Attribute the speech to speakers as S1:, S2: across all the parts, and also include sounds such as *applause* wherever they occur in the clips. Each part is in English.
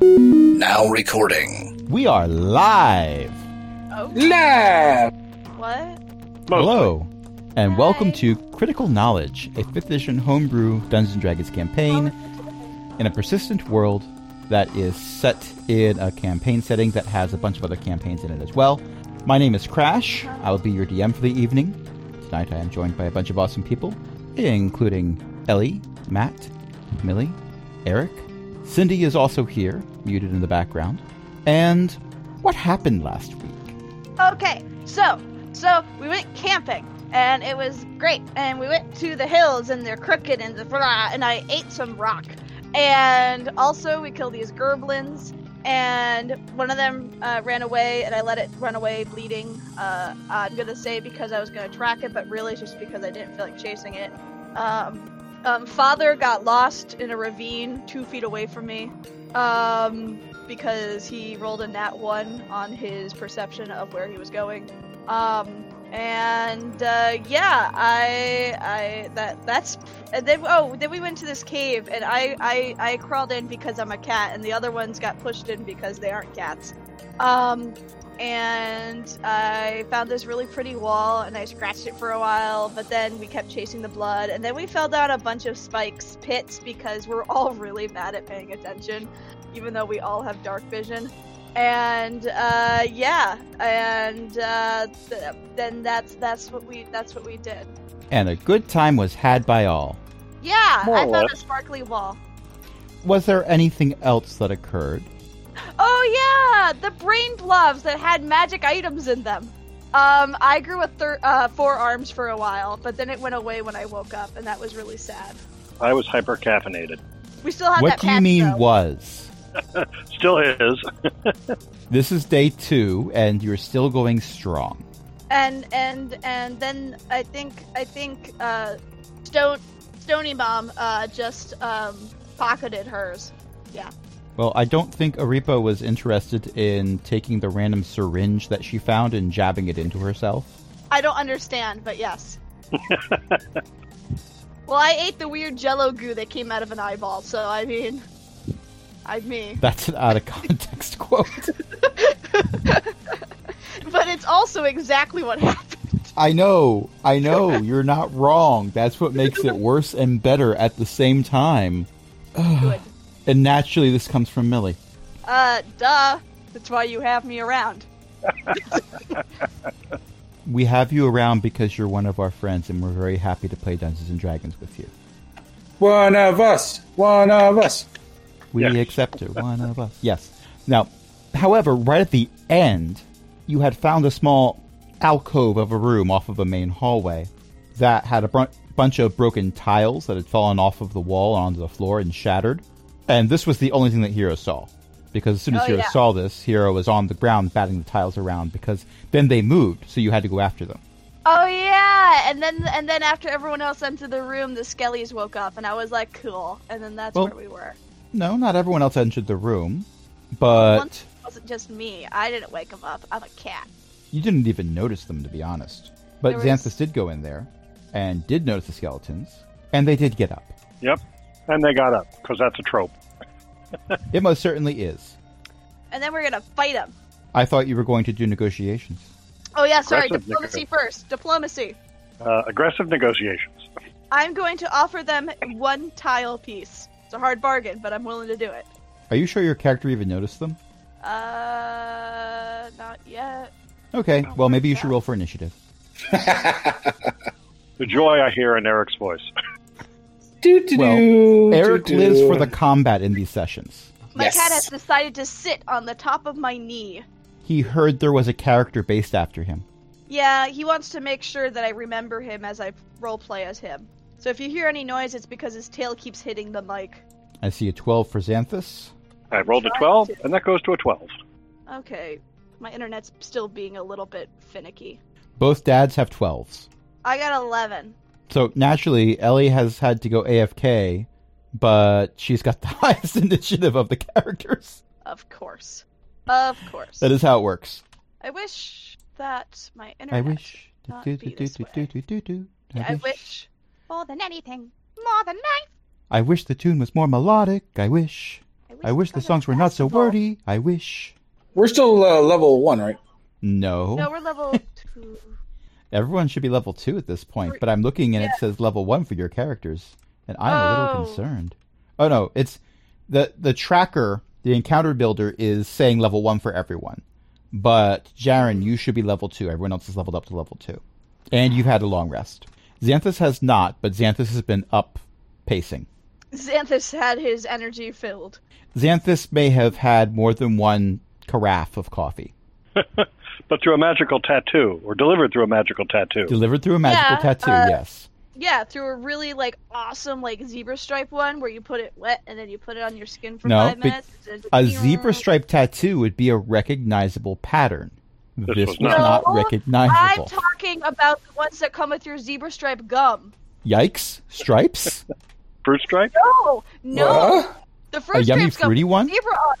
S1: Now recording.
S2: We are live.
S3: Nah.
S4: What?
S2: Hello, and
S4: Hi.
S2: welcome to Critical Knowledge, a 5th edition homebrew Dungeons and Dragons campaign in a persistent world that is set in a campaign setting that has a bunch of other campaigns in it as well. My name is Crash. I will be your DM for the evening. Tonight I am joined by a bunch of awesome people, including Ellie, Matt, Millie, Eric. Cindy is also here, muted in the background. And what happened last week?
S4: Okay, so so we went camping and it was great and we went to the hills and they're crooked and blah, and I ate some rock and also we killed these gerblins and one of them uh, ran away and I let it run away bleeding. Uh, I'm gonna say because I was gonna track it, but really it's just because I didn't feel like chasing it. Um, um, father got lost in a ravine two feet away from me. Um, because he rolled a nat one on his perception of where he was going. Um, and uh, yeah, I, I that that's and then oh then we went to this cave and I, I I crawled in because I'm a cat and the other ones got pushed in because they aren't cats. Um, and I found this really pretty wall and I scratched it for a while, but then we kept chasing the blood and then we fell down a bunch of spikes pits because we're all *laughs* really bad at paying attention even though we all have dark vision. And uh, yeah, and uh, th- then that's that's what we that's what we did.
S2: And a good time was had by all.
S4: Yeah,
S3: More
S4: I
S3: or
S4: found
S3: less.
S4: a sparkly wall.
S2: Was there anything else that occurred?
S4: Oh yeah, the brain gloves that had magic items in them. Um, I grew a thir- uh, four arms for a while, but then it went away when I woke up, and that was really sad.
S3: I was hyper caffeinated.
S4: We still have
S2: What
S4: that.
S2: do you
S4: patch,
S2: mean
S4: though.
S2: was?
S3: Still is.
S2: This is day two, and you're still going strong.
S4: and and and then I think I think uh, Stone Stony Bomb uh, just um, pocketed hers.
S2: Well, I don't think Aripa was interested in taking the random syringe that she found and jabbing it into herself.
S4: I don't understand, but yes. *laughs* well, I ate the weird Jello goo that came out of an eyeball, so I mean, I mean, *laughs*
S2: That's an out of context *laughs* quote.
S4: but it's also exactly
S2: *sighs*
S4: what happened.
S2: I know, I know, you're not wrong. That's what makes it worse and better at the same time.
S4: Good.
S2: And naturally, this comes from Millie.
S4: Uh, duh. That's why you have me around.
S2: We have you around because you're one of our friends, and we're very happy to play Dungeons and Dragons with you.
S3: One of us. One of us.
S2: We
S3: Yeah.
S2: accept her, one of us. Yes. Now, however, right at the end, you had found a small alcove of a room off of a main hallway that had a br- bunch of broken tiles that had fallen off of the wall and onto the floor and shattered. And this was the only thing that Hero saw. Because as soon as
S4: Oh,
S2: Hero
S4: yeah.
S2: saw this, Hero was on the ground batting the tiles around because then they moved, so you had to go after them.
S4: Oh yeah, and then and then after everyone else entered the room, the Skellies woke up, and I was like, cool. And then that's
S2: Well,
S4: where we were.
S2: No, not everyone else entered the room, but
S4: Once it wasn't just me. I didn't wake them up. I'm a cat.
S2: You didn't even notice them, to be honest. But
S4: There was-
S2: Xanthus did go in there and did notice the skeletons, and they did get up.
S3: Yep. And they got up because that's a trope.
S2: It most certainly is.
S4: And then we're gonna fight them.
S2: I thought you were going to do negotiations.
S4: Oh yeah, sorry.
S3: Aggressive
S4: Diplomacy
S3: nigger.
S4: first. Diplomacy.
S3: Uh, aggressive negotiations.
S4: I'm going to offer them one tile piece. It's a hard bargain, but I'm willing to do it.
S2: Are you sure your character even noticed them?
S4: Uh, not yet.
S2: Okay,
S4: Oh,
S2: well, maybe you should roll for initiative.
S3: The joy I hear in Eric's voice.
S5: Do, do,
S2: Well,
S5: do,
S2: Eric
S5: do, do.
S2: lives for the combat in these sessions.
S4: My
S5: Yes.
S4: cat has decided to sit on the top of my knee.
S2: He heard there was a character based after him.
S4: Yeah, he wants to make sure that I remember him as I roleplay as him. So if you hear any noise, it's because his tail keeps hitting the mic.
S2: I see a 12 for Xanthus.
S3: I rolled a 12, and that goes to a 12.
S4: Okay, my internet's still being a little bit finicky.
S2: Both dads have 12s.
S4: I got 11.
S2: So naturally, Ellie has *laughs* had to go AFK, but she's got the highest initiative of the characters.
S4: Of course. Of course.
S2: That is how it works.
S4: I wish that my
S2: I
S4: internet.
S2: wish.
S4: not
S2: Do,
S4: be
S2: do, do,
S4: this
S2: do,
S4: way.
S2: do, do, do, do.
S4: I wish more than anything, more than life.
S2: I wish the tune was more melodic. I wish. I wish the
S4: was
S2: songs were not so
S4: accessible.
S2: wordy. I wish.
S6: We're still uh, level one, right?
S2: No.
S4: No,
S2: *laughs*
S4: we're level two.
S2: Everyone should be level two at this point, but I'm looking and it says level one for your characters, and I'm a
S4: Oh.
S2: little concerned. Oh no, it's the the tracker, the encounter builder is saying level one for everyone, but Jaren, you should be level two. Everyone else is leveled up to level two, and you've had a long rest. Xanthus has not, but Xanthus has been up pacing.
S4: Xanthus had his energy filled.
S2: Xanthus may have had more than one carafe of coffee
S3: But through a magical tattoo, or delivered through a magical tattoo.
S2: delivered through a magical
S4: Yeah,
S2: tattoo.
S4: uh,
S2: yes.
S4: Yeah, through a really like awesome like zebra stripe one where you put it wet and then you put it on your skin for
S2: No,
S4: five
S2: be-
S4: minutes. and it's-
S2: A zebra stripe tattoo would be a recognizable pattern. This, was
S3: was
S2: not,
S4: not. No, I'm
S2: recognizable.
S4: talking about the ones that come with your zebra stripe gum.
S2: Yikes! Stripes?
S3: Fruit stripe?
S4: No, no,
S6: Huh?
S4: the
S2: a
S4: fruit
S2: yummy
S4: stripe's gum.
S2: fruity one?
S4: Zebra on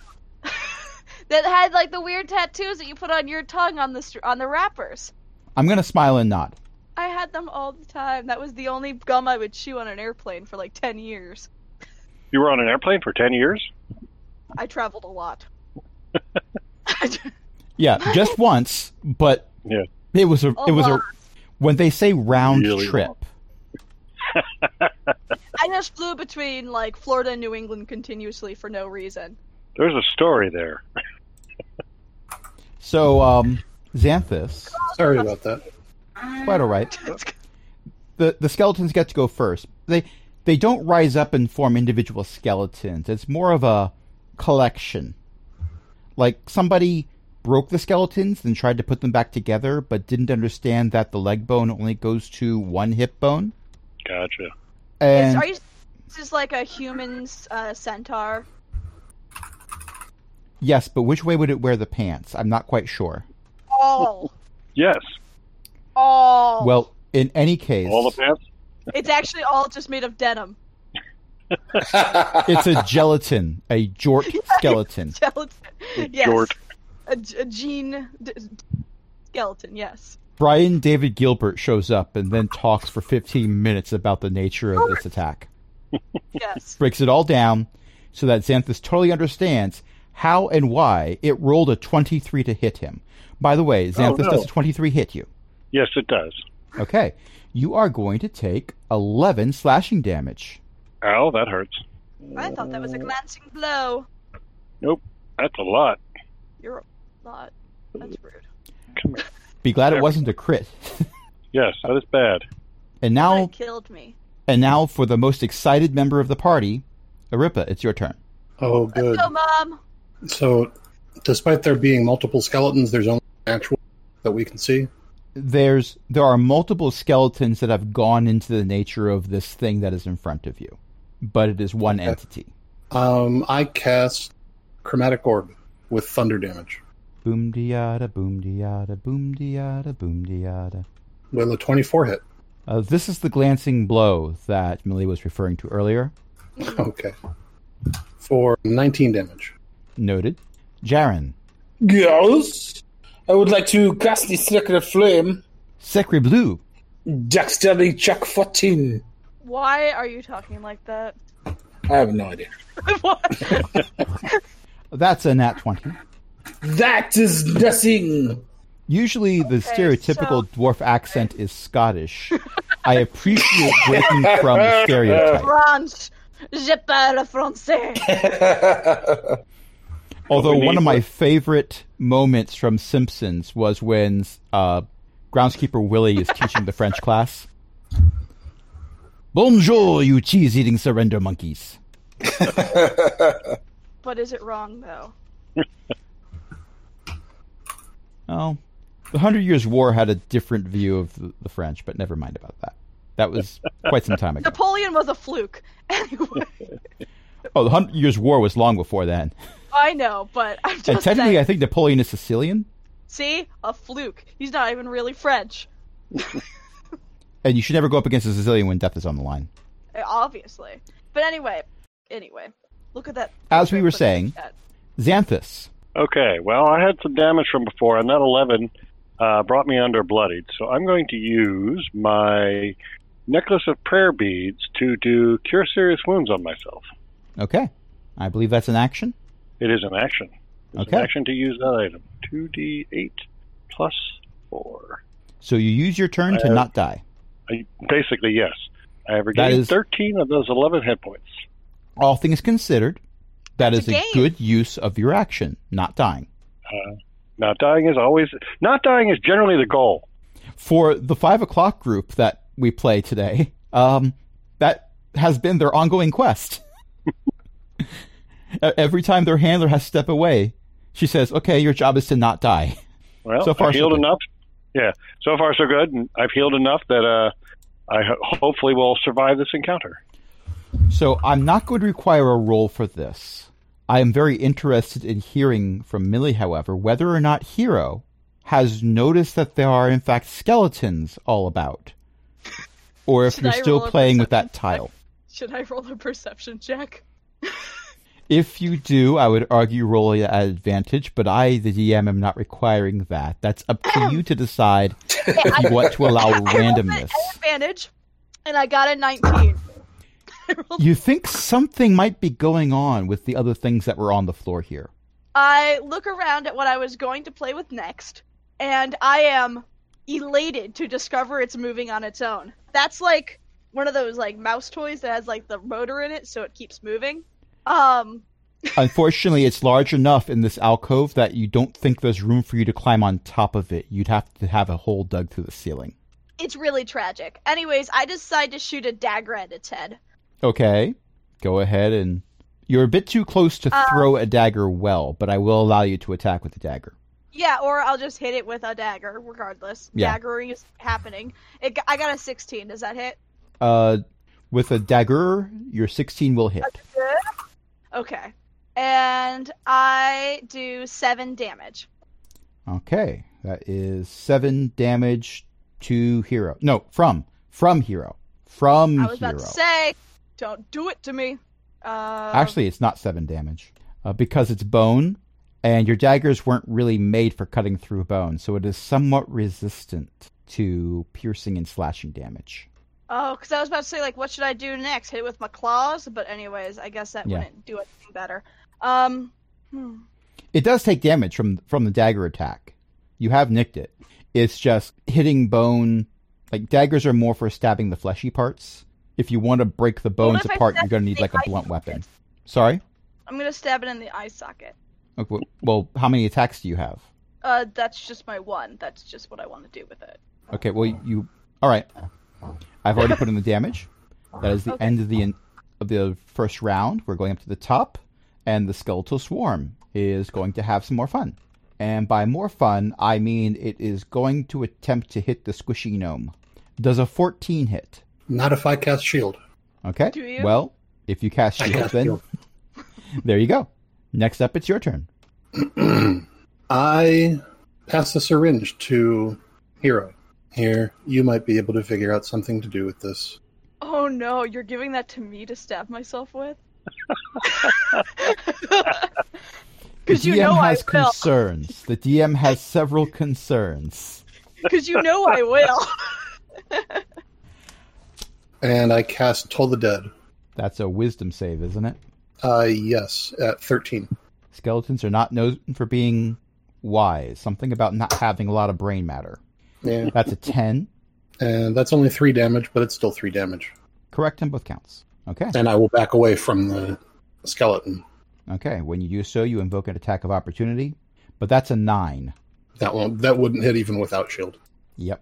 S4: 'em. *laughs* that had like the weird tattoos that you put on your tongue on the str- on the wrappers.
S2: I'm gonna smile and nod.
S4: I had them all the time. That was the only gum I would chew on an airplane for like 10 years.
S3: You were on an airplane for 10 years?
S4: I traveled a *laughs* lot.
S2: Yeah, just once, but
S3: Yeah.
S2: it was a
S4: A
S2: it was a
S4: lot.
S2: when they say round
S3: Really
S2: trip.
S4: I just flew between like Florida and New England continuously for no reason.
S3: There's a story there.
S2: So, um, Xanthus,
S6: Sorry about that.
S2: quite all right. The the skeletons get to go first. They they don't rise up and form individual skeletons. It's more of a collection. Like somebody broke the skeletons and tried to put them back together, but didn't understand that the leg bone only goes to one hip bone.
S3: Gotcha.
S4: Is,
S2: And
S4: are you this is like a human uh, centaur?
S2: Yes, but which way would it wear the pants? I'm not quite sure.
S4: All.
S3: Yes.
S4: All.
S2: Well, in any case,
S3: All the pants?
S4: it's actually all just made of denim. *laughs*
S2: it's a gelatin, a jort
S4: *laughs*
S2: skeleton.
S4: Skeleton. Yes.
S3: Jort.
S4: A, g- a gene d- d- skeleton, yes.
S2: Brian David Gilbert shows up and then talks for 15 minutes about the nature of this attack.
S4: Yes.
S2: Breaks it all down so that Xanthus totally understands how and why it rolled a 23 to hit him. By the way, Xanthus
S3: Oh, no.
S2: does a 23 hit you.
S3: Yes, it does.
S2: Okay. You are going to take 11 slashing damage.
S3: Ow, that hurts.
S4: I thought that was a glancing blow.
S3: That's a lot.
S4: You're a lot. That's rude.
S3: Come here.
S2: Be glad it
S3: There.
S2: wasn't a crit. *laughs*
S3: Yes, that is bad.
S2: and
S4: That
S2: now
S4: killed me.
S2: And now for the most excited member of the party, Arippa, it's your turn.
S7: Oh, good.
S4: Go, mom.
S7: So, despite there being multiple skeletons, there's only actual that we can see.
S2: There's there are multiple skeletons that have gone into the nature of this thing that is in front of you, but it is one entity.
S7: Um, I cast Chromatic Orb with thunder damage.
S2: Boom diada, boom diada, boom diada, boom diada.
S7: Will a 24 hit? *laughs*
S2: Uh, this is the glancing blow that Millie was referring to earlier.
S7: Okay. For 19 damage.
S2: Noted. Jaren,
S6: Yes. I wowould like to cast the Sacred Flame. Sacred
S2: Blue.
S6: Dexterity check 14.
S4: Why are you talking like that? *laughs*
S6: I have no idea.
S2: That's a nat twenty.
S6: That is nothing.
S2: Usually, the stereotypical dwarf accent is Scottish. I appreciate breaking from the stereotype.
S4: France, je parle
S2: *laughs*
S4: français.
S2: Although
S3: We need
S2: one of my
S3: to-
S2: favorite moments from Simpsons was when uh, groundskeeper Willie is teaching the French class. Bonjour, you cheese-eating surrender monkeys.
S4: but is it wrong though?
S2: Oh, the Hundred Years' War had a different view of the, the French, but never mind about that. That was quite some time ago.
S4: Napoleon was a fluke. *laughs*
S2: *laughs*
S4: Anyway,
S2: Oh, the Hundred Years' War was long before then.
S4: I know, but I'm
S2: And
S4: just
S2: technically,
S4: saying.
S2: I think Napoleon is Sicilian,
S4: See, a fluke. He's not even really French,
S2: and you should never go up against a Sicilian when death is on the line.
S4: eh, obviously. But anyway, anyway, look at that.
S2: As we were
S4: Look at
S2: saying,
S4: that.
S2: Xanthus.
S3: Okay, well, I had some damage from before, and that 11 uh, brought me under bloodied. So I'm going to use my necklace of prayer beads to do cure serious wounds on myself.
S2: Okay. I believe that's an action.
S3: It is an action. It's
S2: Okay.
S3: an action to use that item. 2d8 plus 4.
S2: So you use your turn to
S3: Uh,
S2: not die.
S3: I, basically, yes. I have
S2: That
S3: regained
S2: is-
S3: 13 of those 11 hit points.
S2: All things considered, that
S4: That's
S2: is
S4: a
S2: a
S4: game.
S2: good use of your action, not dying.
S3: Not dying is always... Not dying is generally the goal.
S2: For the five o'clock group that we play today, um, that has been their ongoing quest. *laughs* E- Every time their handler has to step away, she says, "Okay, your job is to not die."
S3: Well,
S2: So far,
S3: I've
S2: so
S3: healed
S2: good.
S3: enough. Yeah, so far so good. and I've healed enough that uh, I ho- hopefully will survive this encounter.
S2: So I'm not going to require a roll for this. I am very interested in hearing from Millie, however, whether or not Hero has noticed that there are in fact skeletons all about, or if
S4: Should
S2: you're
S4: I
S2: still
S4: roll a
S2: playing with
S4: perception
S2: that tile.
S4: Should I roll a
S2: *laughs*
S4: perception check?
S2: If you do, I would argue roll it at advantage, but I, the DM, am not requiring that. That's up to you to decide if you want to
S4: *laughs*
S2: allow randomness.
S4: Advantage, and I got a 19.
S2: You think something might be going on with the other things that were on the floor here.
S4: I look around at what I was going to play with next, and I am elated to discover it's moving on its own. That's like one of those like mouse toys that has like the motor in it so it keeps moving. Um
S2: Unfortunately, it's large enough in this alcove that you don't think there's room for you to climb on top of it. You'd have to have a hole dug through the ceiling.
S4: it's really tragic. Anyways, I decide to shoot a dagger at its head.
S2: Okay, go ahead and. You're a bit too close
S4: Uh,
S2: to throw a dagger well, but I will allow you to attack with the dagger.
S4: Yeah, or I'll just hit it with a dagger, regardless.
S2: Yeah.
S4: Daggering is happening. It, g- I got a 16. Does that hit?
S2: Uh, with a dagger, your 16 will hit.
S4: Okay. And I do 7 damage.
S2: Okay, that is seven damage to hero. No, from from hero, from
S4: I was
S2: hero.
S4: about to say, don't do it to me. Uh,
S2: Actually, it's not seven damage uh, because it's bone, and your daggers weren't really made for cutting through bone, so it is somewhat resistant to piercing and slashing damage.
S4: Oh, because I was about to say, like, what should I do next? Hit it with my claws? But, anyways, I guess that
S2: Yeah.
S4: wouldn't do anything better. Um, hmm.
S2: It does take damage from from the dagger attack. You have nicked it. It's just hitting bone. Like daggers are more for stabbing the fleshy parts. If you want to break the
S4: Well,
S2: bones
S4: if I
S2: apart,
S4: stab
S2: you're going to need
S4: the
S2: like a
S4: eye
S2: blunt
S4: socket?
S2: weapon. Sorry.
S4: I'm going to stab it in the eye socket.
S2: Okay, well, how many attacks do you have?
S4: Uh, that's just my one. That's just what I want to do with it.
S2: Okay, well you. All right, I've already put in the damage. That is the end of the in, of the first round. We're going up to the top, and the skeletal swarm is going to have some more fun. And by more fun, I mean it is going to attempt to hit the squishy gnome. Does a fourteen hit?
S7: Not if I cast shield.
S2: Okay.
S4: Do you?
S2: Well, if you cast
S7: I
S2: shield,
S7: cast
S2: then
S7: shield.
S2: *laughs* there you go. Next up, it's your turn.
S7: I pass a syringe to Hero. Here, you might be able to figure out something to do with this.
S4: Oh no, you're giving that to me to stab myself with? *laughs*
S2: The
S4: 'Cause you
S2: DM
S4: know I
S2: has
S4: will.
S2: concerns. The DM has several concerns.
S4: Because you know I will. *laughs*
S7: And I cast Toll the Dead.
S2: That's a wisdom save, isn't it?
S7: Uh, yes, at 13.
S2: Skeletons are not known for being wise. Something about not having a lot of brain matter.
S7: Yeah.
S2: That's a 10.
S7: And that's only three damage, but it's still three damage.
S2: Correct on both counts. Okay.
S7: And I will back away from the skeleton.
S2: Okay. When you do so, you invoke an attack of opportunity, but that's a 9.
S7: That won't. That wouldn't hit even without shield.
S2: Yep.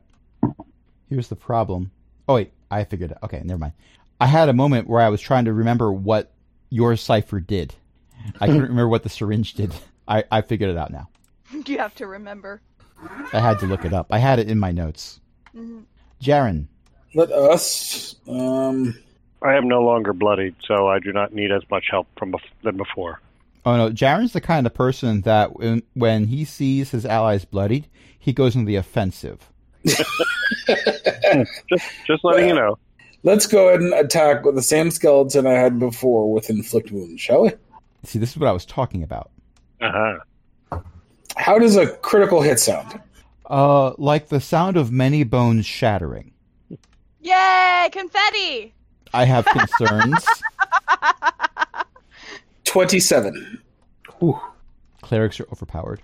S2: Here's the problem. Oh, wait. I figured it. Okay. Never mind. I had a moment where I was trying to remember what your cipher did. I couldn't remember what the syringe did. I, I figured it out now.
S4: you have to remember.
S2: I had to look it up. I had it in my notes. Jaren.
S6: Let us. Um,
S3: I am no longer bloodied, so I do not need as much help from bef- than before.
S2: Oh no, Jaren's the kind of person that when, when he sees his allies bloodied, he goes into the offensive.
S3: Just, just letting you know.
S6: let's go ahead and attack with the same skeleton I had before with inflict wounds, shall we?
S2: See, this is what I was talking about.
S3: Uh-huh.
S6: How does a critical hit sound?
S2: Uh, like the sound of many bones shattering.
S4: Yay, confetti!
S2: I
S6: *laughs*
S2: have concerns.
S6: 27.
S7: Whew.
S2: Clerics are
S6: *laughs*
S2: overpowered.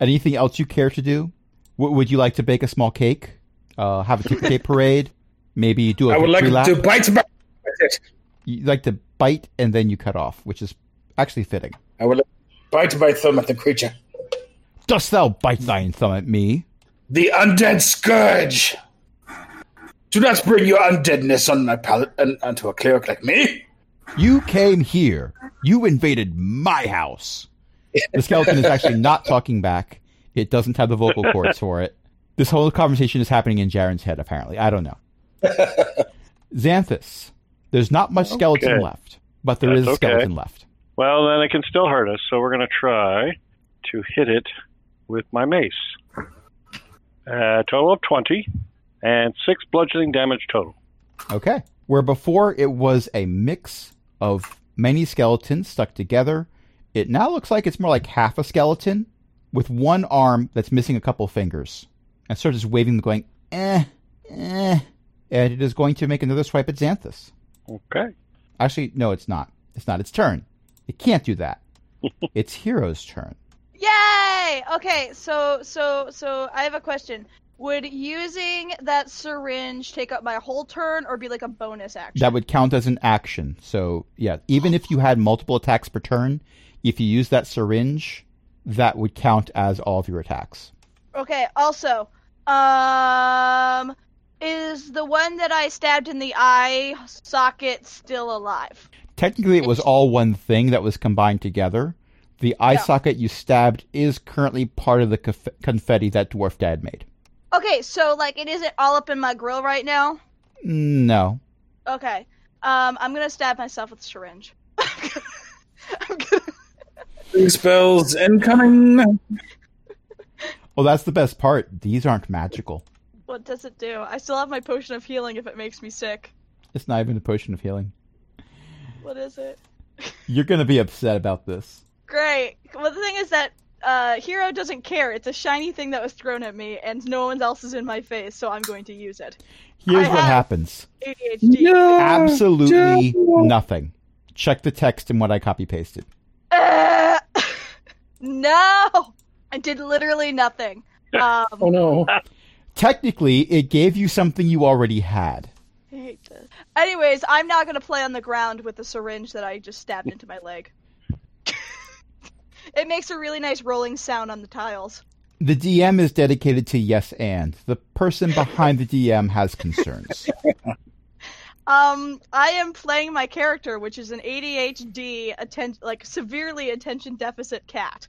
S2: Anything else you care to do? W- would you like to bake a small cake? Uh, have a
S6: *laughs*
S2: cake parade? Maybe do a
S6: I would like
S2: victory lap?
S6: to bite my it.
S2: You like to bite and then you cut off, which is actually fitting.
S6: I would like to bite my thumb at the creature.
S2: Dost thou bite thine thumb at me?
S6: The undead scourge. Do not bring your undeadness on my palate and onto a cleric like me.
S2: You came here. You invaded my house. The skeleton is actually not talking back. It doesn't have the vocal cords for it. This whole conversation is happening in Jaren's head, apparently. I don't
S3: *laughs*
S2: know. Xanthus, there's not much skeleton
S3: Okay.
S2: left, but there is
S3: That's
S2: a
S3: okay.
S2: skeleton left.
S3: Well, then it can still hurt us, so we're going to try to hit it with my mace. Uh, total of 20 and 6 bludgeoning damage total.
S2: Okay. Where before it was a mix of many skeletons stuck together, it now looks like it's more like half a skeleton with one arm that's missing a couple fingers. And starts just waving, going, eh, eh. And it is going to make another swipe at Xanthus.
S3: Okay.
S2: Actually, no, it's not. It's not its turn. It can't do that. it's Hero's turn.
S4: Yay! Okay, so so so I have a question. Would using that syringe take up my whole turn or be like a bonus action?
S2: That would count as an action. So, yeah, even if you had multiple attacks per turn, if you use that syringe, that would count as all of your attacks.
S4: Okay, also, um is the one that I stabbed in the eye socket still alive?
S2: Technically, it was all one thing that was combined together. The eye
S4: Yeah.
S2: socket you stabbed is currently part of the conf- confetti that Dwarf Dad made.
S4: Okay, so like it isn't all up in my grill right now.
S2: No.
S4: Okay. Um I'm gonna stab myself with a syringe. I'm gonna
S6: Spells incoming.
S2: Well, that's the best part. These aren't magical.
S4: What does it do? I still have my potion of healing if it makes me sick.
S2: It's not even a potion of healing.
S4: What is it?
S2: You're going to be upset about this.
S4: Great. Well, the thing is that uh, Hero doesn't care. It's a shiny thing that was thrown at me, and no one else is in my face, so I'm going to use it.
S2: Here's
S4: I
S2: what
S4: have-
S2: happens
S4: ADHD.
S2: absolutely nothing. Check the text and what I copy pasted.
S4: Uh, *laughs* no! I did literally nothing. Um,
S7: Oh no.
S2: Technically, it gave you something you already had.
S4: I hate this. Anyways, I'm not gonna play on the ground with the syringe that I just stabbed into my leg. *laughs* it makes a really nice rolling sound on the tiles.
S2: The DM is dedicated to yes and. The person behind the DM has concerns.
S4: Um, I am playing my character, which is an ADHD, atten- like severely attention deficit cat.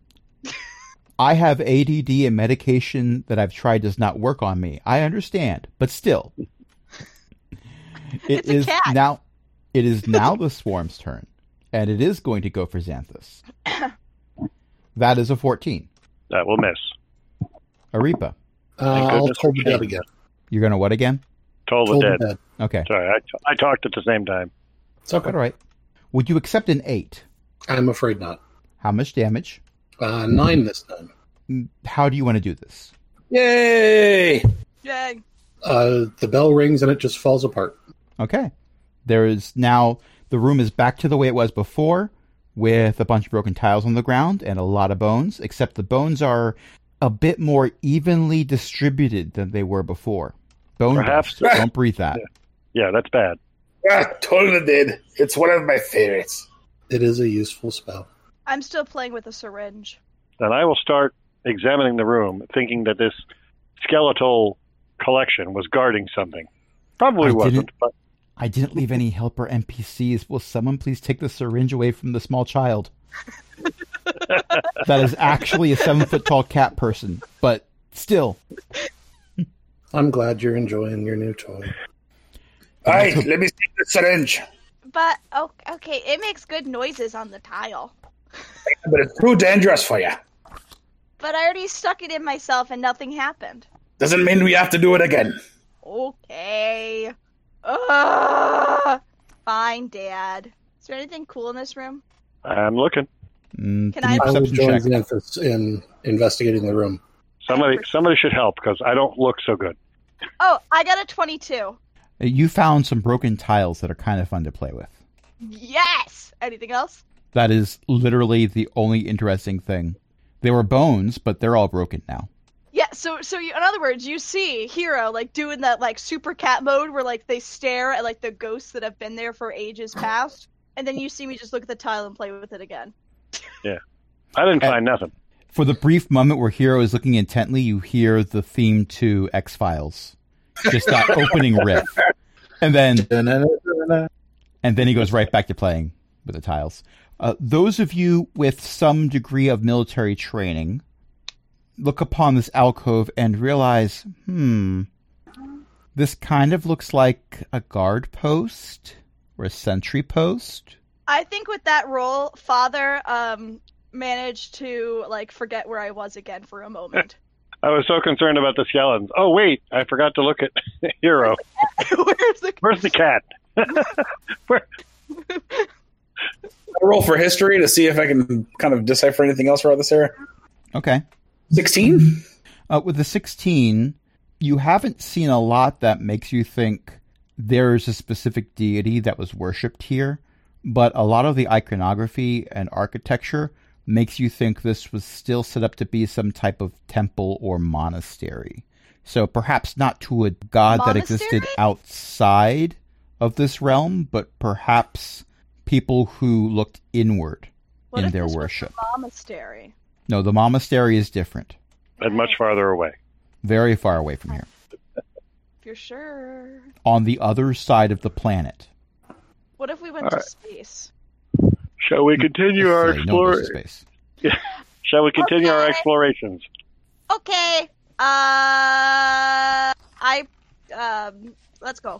S2: I have ADD and medication that I've tried does not work on me. I understand, but
S4: *laughs*
S2: still. it
S4: It's a
S2: is
S4: cat.
S2: now it is
S4: *laughs*
S2: now the swarm's turn and it is going to go for Xanthus. that is a 14.
S3: That will miss.
S2: Arepa,
S7: Uh,
S3: Thank
S7: I'll
S3: goodness
S7: told
S3: for
S7: the dead
S3: me.
S7: again.
S2: you're going to what again?
S3: Toll the
S7: Told
S3: dead.
S7: the dead.
S2: Okay.
S3: Sorry, I, I talked at the same time.
S7: It's okay.
S2: All right. Would you accept an 8?
S7: I'm afraid not.
S2: How much damage?
S7: Uh, nine this time.
S2: How do you want to do this?
S6: Yay!
S4: Yay!
S7: Uh, the bell rings and it just falls apart.
S2: Okay. There is now the room is back to the way it was before, with a bunch of broken tiles on the ground and a lot of bones, except the bones are a bit more evenly distributed than they were before. Bone
S3: Perhaps-
S2: dust. Don't breathe that.
S3: Yeah, that's bad.
S6: Ah, told the dead. It's one of my favorites.
S7: It is a useful spell.
S4: I'm still playing with a syringe.
S3: Then I will start examining the room, thinking that this skeletal collection was guarding something. Probably
S2: I
S3: wasn't,
S2: didn't-
S3: but
S2: I didn't leave any helper NPCs. Will someone please take the syringe away from the small child? that is actually a seven foot tall cat person, but still.
S7: I'm glad you're enjoying your new toy.
S6: All right, let me see the syringe.
S4: But oh, okay, it makes good noises on the tile.
S6: But it's too dangerous for you.
S4: But I already stuck it in myself and nothing happened.
S6: Doesn't mean we have to do it again.
S4: Okay. Ugh. Fine, Dad. Is there anything cool in this room?
S3: I'm looking.
S2: Mm,
S4: Can
S2: give me a
S4: I-
S7: I will
S2: perception
S7: join
S2: check.
S7: Xanthus in investigating the room.
S3: Somebody, somebody should help because I don't look so good.
S4: Oh, I got a 22.
S2: You found some broken tiles that are kind of fun to play with.
S4: Yes! Anything else?
S2: That is literally the only interesting thing. They were bones, but they're all broken now.
S4: Yeah, so so you, in other words, you see Hero like doing that like super cat mode where like they stare at like the ghosts that have been there for ages past, and then you see me just look at the tile and play with it again.
S3: I didn't
S2: Uh,
S3: find nothing.
S2: For the brief moment where Hero is looking intently, you hear the theme to X Files, just that opening riff, and then and then he goes right back to playing with the tiles. Uh, those of you with some degree of military training look upon this alcove and realize, hmm, this kind of looks like a guard post or a sentry post.
S4: I think with that role, Father um managed to like forget where I was again for a moment. *laughs*
S3: I was so concerned about the skeletons. Oh wait, I forgot to look at *laughs* Hero.
S4: Where's the
S3: Where's the cat?
S6: roll for history to see if I can kind of decipher anything else around this era.
S2: Okay.
S6: 16?
S2: Uh, with the 16, you haven't seen a lot that makes you think there's a specific deity that was worshipped here, but a lot of the iconography and architecture makes you think this was still set up to be some type of temple or monastery. So perhaps not to a god that existed
S4: Monastery?
S2: outside of this realm, but perhaps people who looked inward
S4: What
S2: in
S4: if
S2: their
S4: this was a
S2: worship.
S4: monastery?
S2: No, the monastery is different,
S3: And much farther away.
S2: very far away from here.
S4: If you're sure.
S2: on the other side of the planet.
S4: What if we went to space?
S3: Shall we continue our
S2: Let's say, no one goes
S3: explore?
S2: to space.
S3: Shall we continue our
S4: Okay.
S3: explorations?
S4: Okay. Uh, I um, let's go.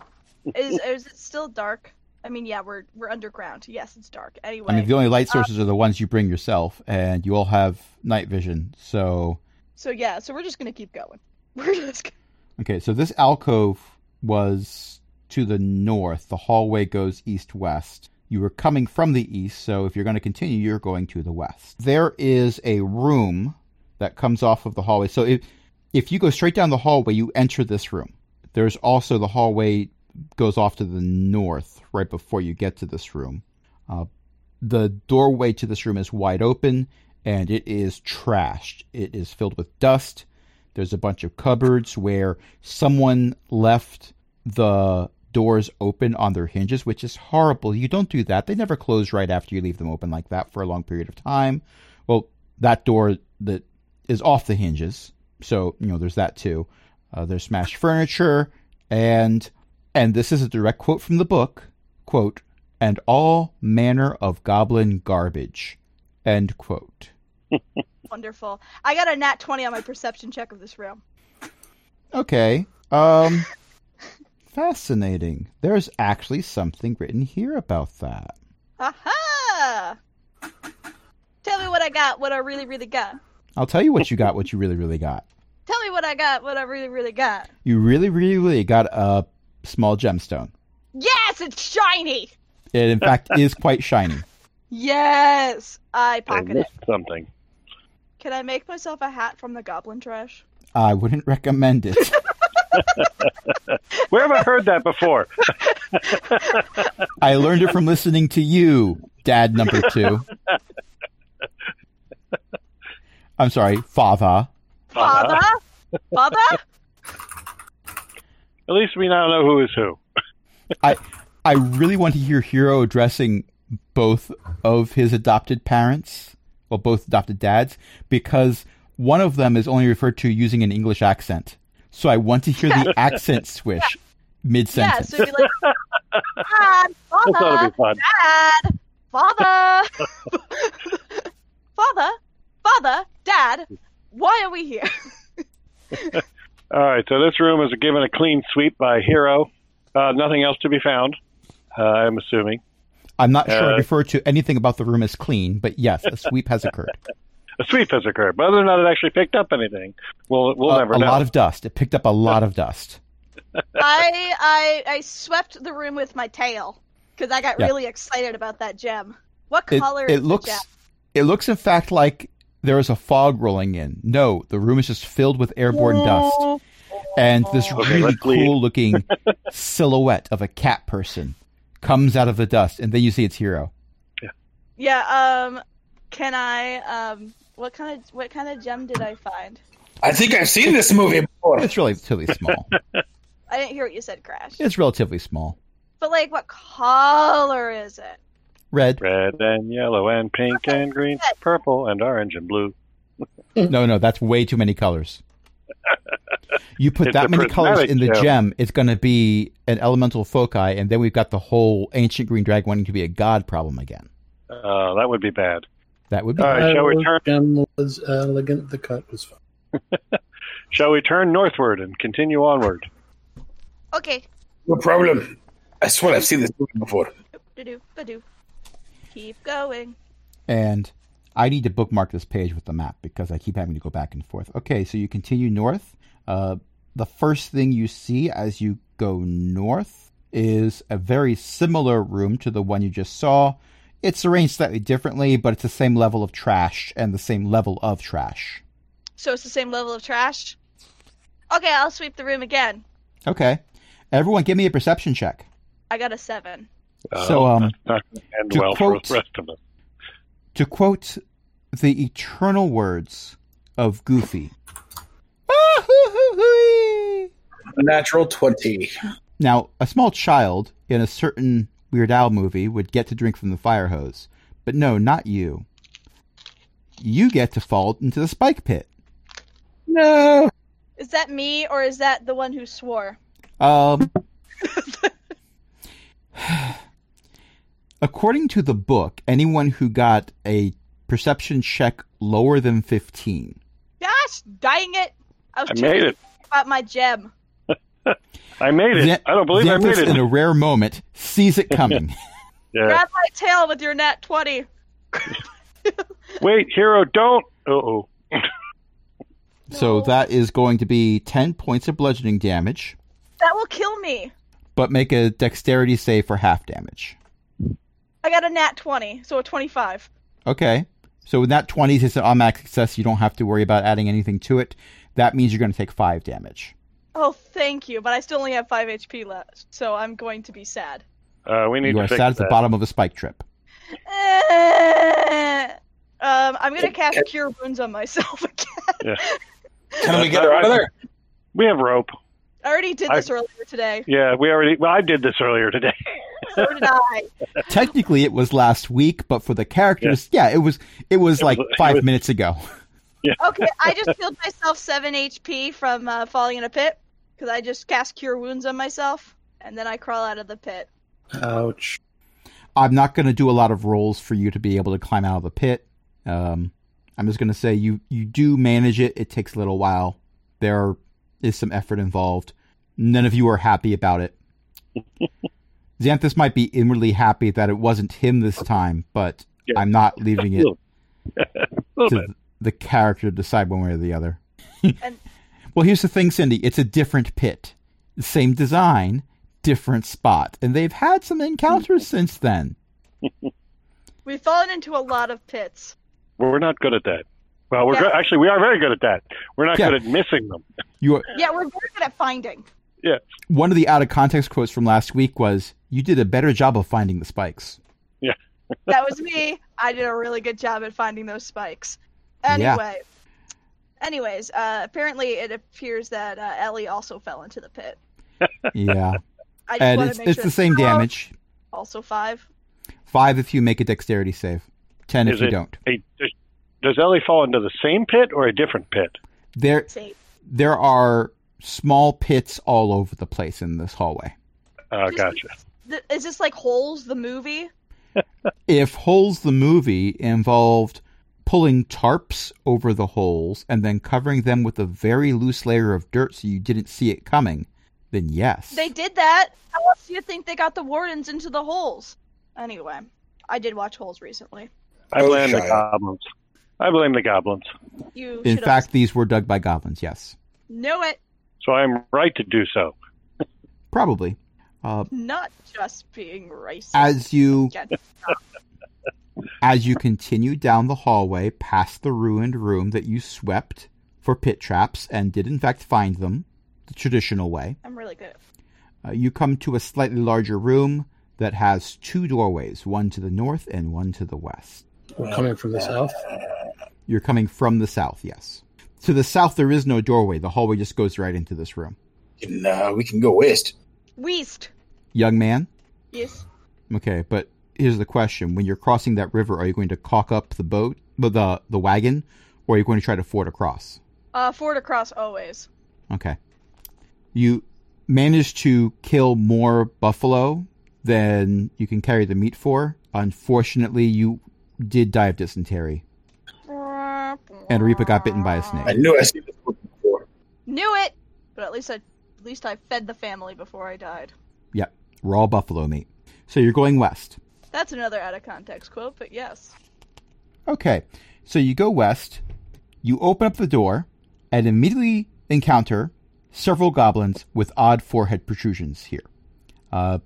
S4: Is is it still dark? I mean, yeah, we're we're underground. Yes, it's dark. Anyway,
S2: I mean, the only light sources are the ones you bring yourself, and you all have night vision. So,
S4: so yeah, so we're just gonna keep going. *laughs* We're just gonna-
S2: okay, so this alcove was to the north. The hallway goes east west. You were coming from the east, so if you're going to continue, you're going to the west. There is a room that comes off of the hallway. So, if if you go straight down the hallway, you enter this room. There's also the hallway goes off to the north right before you get to this room. Uh, the doorway to this room is wide open and it is trashed. It is filled with dust. There's a bunch of cupboards where someone left the doors open on their hinges, which is horrible. You don't do that. They never close right after you leave them open like that for a long period of time. Well, that door that is off the hinges. So, you know, there's that too. Uh, there's smashed furniture and and this is a direct quote from the book, quote, and all manner of goblin garbage, end quote.
S4: wonderful. I got a nat twenty on my perception check of this room.
S2: Okay. Um fascinating. There's actually something written here about that.
S4: Aha! Tell me what I got. What I really really got.
S2: I'll tell you what you got, what you really, really got.
S4: Tell me what I got. What I really really got.
S2: You really, really, really got a small gemstone.
S4: Yes, it's shiny.
S2: It in fact is quite shiny.
S4: Yes, I
S3: I
S4: pocket it.
S3: missed something.
S4: Can I make myself a hat from the goblin trash?
S2: I wouldn't recommend it.
S3: Where have I heard that before?
S2: I learned it from listening to you, Dad number two. I'm sorry, Father.
S4: Father? Father?
S3: At least we now know who is who.
S2: I I really want to hear Hero addressing both of his adopted parents, well, both adopted dads, because one of them is only referred to using an English accent. So I want to hear
S3: *laughs*
S2: the accent swish mid
S4: Yeah,
S2: sentence.
S4: so you're like, Dad,
S3: That ought to
S4: Father,
S3: be fun.
S4: Dad, *laughs* Father, Father, Father, Dad, why are we here?
S3: All right, so this room is given a clean sweep by Hero. Uh, nothing else to be found, uh, I'm assuming.
S2: I'm not sure I
S3: Uh,
S2: refer to anything about the room as clean, but yes, a sweep has occurred.
S3: A sweep has occurred, but whether or not it actually picked up anything, we'll, *laughs* we'll
S2: a
S3: never
S2: a
S3: know.
S2: lot of dust. It picked up a lot of dust.
S4: I, I, I swept the room with my tail because I got
S2: Yeah.
S4: really excited about that gem. What
S2: it,
S4: color?
S2: it
S4: is the
S2: looks
S4: gem?
S2: It looks, in fact, like there is a fog rolling in. No, the room is just filled with airborne dust. And this
S3: Okay,
S2: really
S3: let's leave.
S2: cool
S3: *laughs*
S2: looking silhouette of a cat person comes out of the dust, and then you see its hero.
S4: Yeah. Um. Can I? Um. What kind of what kind of gem did I find?
S6: I think I've seen this movie before.
S2: It's relatively
S3: *laughs*
S2: small.
S4: I didn't hear what you said, Crash.
S2: It's relatively small.
S4: But like, what color is it?
S2: Red.
S3: Red and yellow and pink and green, purple and orange and blue.
S2: No, no, that's way too many colors. You put
S3: It's a
S2: that many colors
S3: prismatic
S2: in the
S3: gem.
S2: gem, it's going to be an elemental foci, and then we've got the whole ancient green dragon wanting to be a god problem again.
S3: Uh, that would be bad.
S2: That would be.
S3: All right, shall we
S7: Iowa
S3: turn-
S7: Gem was elegant. The cut was fun.
S3: Shall we turn northward and continue onward?
S4: Okay.
S6: No problem. I swear I've seen this movie before.
S4: Ba-doo, ba-doo. Keep going.
S2: And I need to bookmark this page with the map because I keep having to go back and forth. Okay, so you continue north. Uh, the first thing you see as you go north is a very similar room to the one you just saw. It's arranged slightly differently, but it's the same level of trash and the same level of trash.
S4: So it's the same level of trash. Okay, I'll sweep the room again.
S2: Okay. Everyone, give me a perception check.
S4: I got a seven.
S2: So, um,
S3: that's Uh, not gonna end
S2: to
S3: well
S2: quote-
S3: for the rest of us.
S2: To quote the eternal words of Goofy. Ah, "Ah-hoo-hoo-hoo-ee."
S6: Natural 20.
S2: Now, a small child in a certain Weird Al movie would get to drink from the fire hose, but no, not you. You get to fall into the spike pit.
S6: No.
S4: Is that me or is that the one who swore?
S2: Um, *sighs* according to the book, anyone who got a perception check lower than 15.
S4: Gosh, dying it! I was
S3: I
S4: checking
S3: made it.
S4: about my gem.
S3: I made it.
S2: Xan-
S3: I don't believe I made
S2: Xanthus,
S3: it.
S2: in a rare moment, sees it
S3: *laughs*
S2: coming.
S3: Yeah.
S4: Grab my tail with your nat twenty.
S3: Wait, hero, don't. Uh oh.
S2: so that is going to be 10 points of bludgeoning damage.
S4: That will kill me.
S2: but make a dexterity save for half damage.
S4: I got a nat twenty, so a twenty-five.
S2: Okay. So with that 20s, it's an automatic success. You don't have to worry about adding anything to it. That means you're going to take 5 damage.
S4: Oh, thank you, but I still only have five HP left, so I'm going to be sad.
S3: Uh, we need
S2: You
S3: to
S2: are
S3: fix
S2: sat at the
S3: that.
S2: bottom of a spike trip.
S4: um, I'm gonna cast Cure Wounds on myself *laughs* again.
S6: Can we get her out of there?
S3: We have rope.
S4: I already did
S3: I-
S4: this earlier today.
S3: Yeah, we already. Well, I did this earlier today.
S4: So did I.
S2: Technically, it was last week, but for the characters, yeah, it was it was like
S3: was- it
S2: 5
S3: was-
S2: minutes ago.
S4: Okay, I just healed myself seven HP from uh, falling in a pit because I just cast Cure Wounds on myself, and then I crawl out of the pit.
S7: Ouch.
S2: I'm not going to do a lot of rolls for you to be able to climb out of the pit. Um, I'm just going to say you you do manage it. It takes a little while. There is some effort involved. None of you are happy about
S3: *laughs*
S2: it. Xanthus might be inwardly happy that it wasn't him this time, but
S3: Yeah.
S2: I'm not leaving
S3: *laughs*
S2: it
S3: Little- little
S2: to the character to decide one way or the other.
S4: And-
S2: *laughs* well, here's the thing, Cindy. It's a different pit, same design, different spot, and they've had some encounters since then.
S4: We've fallen into a lot of pits.
S3: We're not good at that. Well, we're
S4: Yeah.
S3: good. actually we are very good at that. We're not
S2: Yeah.
S3: good at missing them.
S2: You're
S4: Yeah, we're very good at finding.
S3: Yeah,
S2: one of the out of context quotes from last week was you did a better job of finding the spikes
S4: That was me. I did a really good job at finding those spikes.
S2: Yeah.
S4: Anyway. Anyways, uh, apparently it appears that uh, Ellie also fell into the pit.
S2: yeah
S4: *laughs* I just
S2: and
S4: want
S2: it's
S4: to make
S2: it's
S4: sure
S2: the same
S4: Oh,
S2: damage
S4: Also five.
S2: five if you make a dexterity save ten if
S3: Is
S2: you
S3: it-
S2: don't
S3: Hey, does- does Ellie fall into the same pit or a different pit?
S2: there
S4: Same.
S2: there are small pits all over the place in this hallway
S3: Uh,
S4: Just-
S3: gotcha.
S4: Th- is this like Holes the movie?
S2: if holes the movie involved pulling tarps over the holes and then covering them with a very loose layer of dirt so you didn't see it coming then yes
S4: They did that. How else do you think they got the wardens into the holes? Anyway, I did watch Holes recently.
S3: I
S6: Oh,
S3: blame the
S6: shut up.
S3: goblins. I blame the goblins.
S4: You
S2: in
S4: should
S2: fact these were dug by goblins yes
S4: know it,
S3: So I'm right to do so.
S2: probably uh,
S4: not just being racist.
S2: as you
S4: Again.
S2: As you continue down the hallway past the ruined room that you swept for pit traps and did in fact find them the traditional way,
S4: I'm really good. at
S2: uh, you come to a slightly larger room that has two doorways, one to the north and one to the west.
S7: We're coming from the south.
S2: You're coming from the south, yes. To the south, there is no doorway. The hallway just goes right into this room.
S6: Nah, uh, we can go west.
S4: Weast.
S2: Young man,
S4: Yes.
S2: okay, but here's the question: When you're crossing that river, are you going to caulk up the boat, the the, the wagon, or are you going to try to ford across?
S4: Uh, ford across always.
S2: Okay. You manage to kill more buffalo than you can carry the meat for. Unfortunately, you did die of dysentery, and
S4: And
S2: Reaper got bitten by a
S6: I
S2: snake.
S6: knew I seen this book before.
S4: Knew it. But at least I, at least I fed the family before I died.
S2: Yep, raw buffalo meat. So you're going west.
S4: That's another out of context quote, but yes.
S2: Okay, so you go west, you open up the door, and immediately encounter several goblins with odd forehead protrusions here. Uh,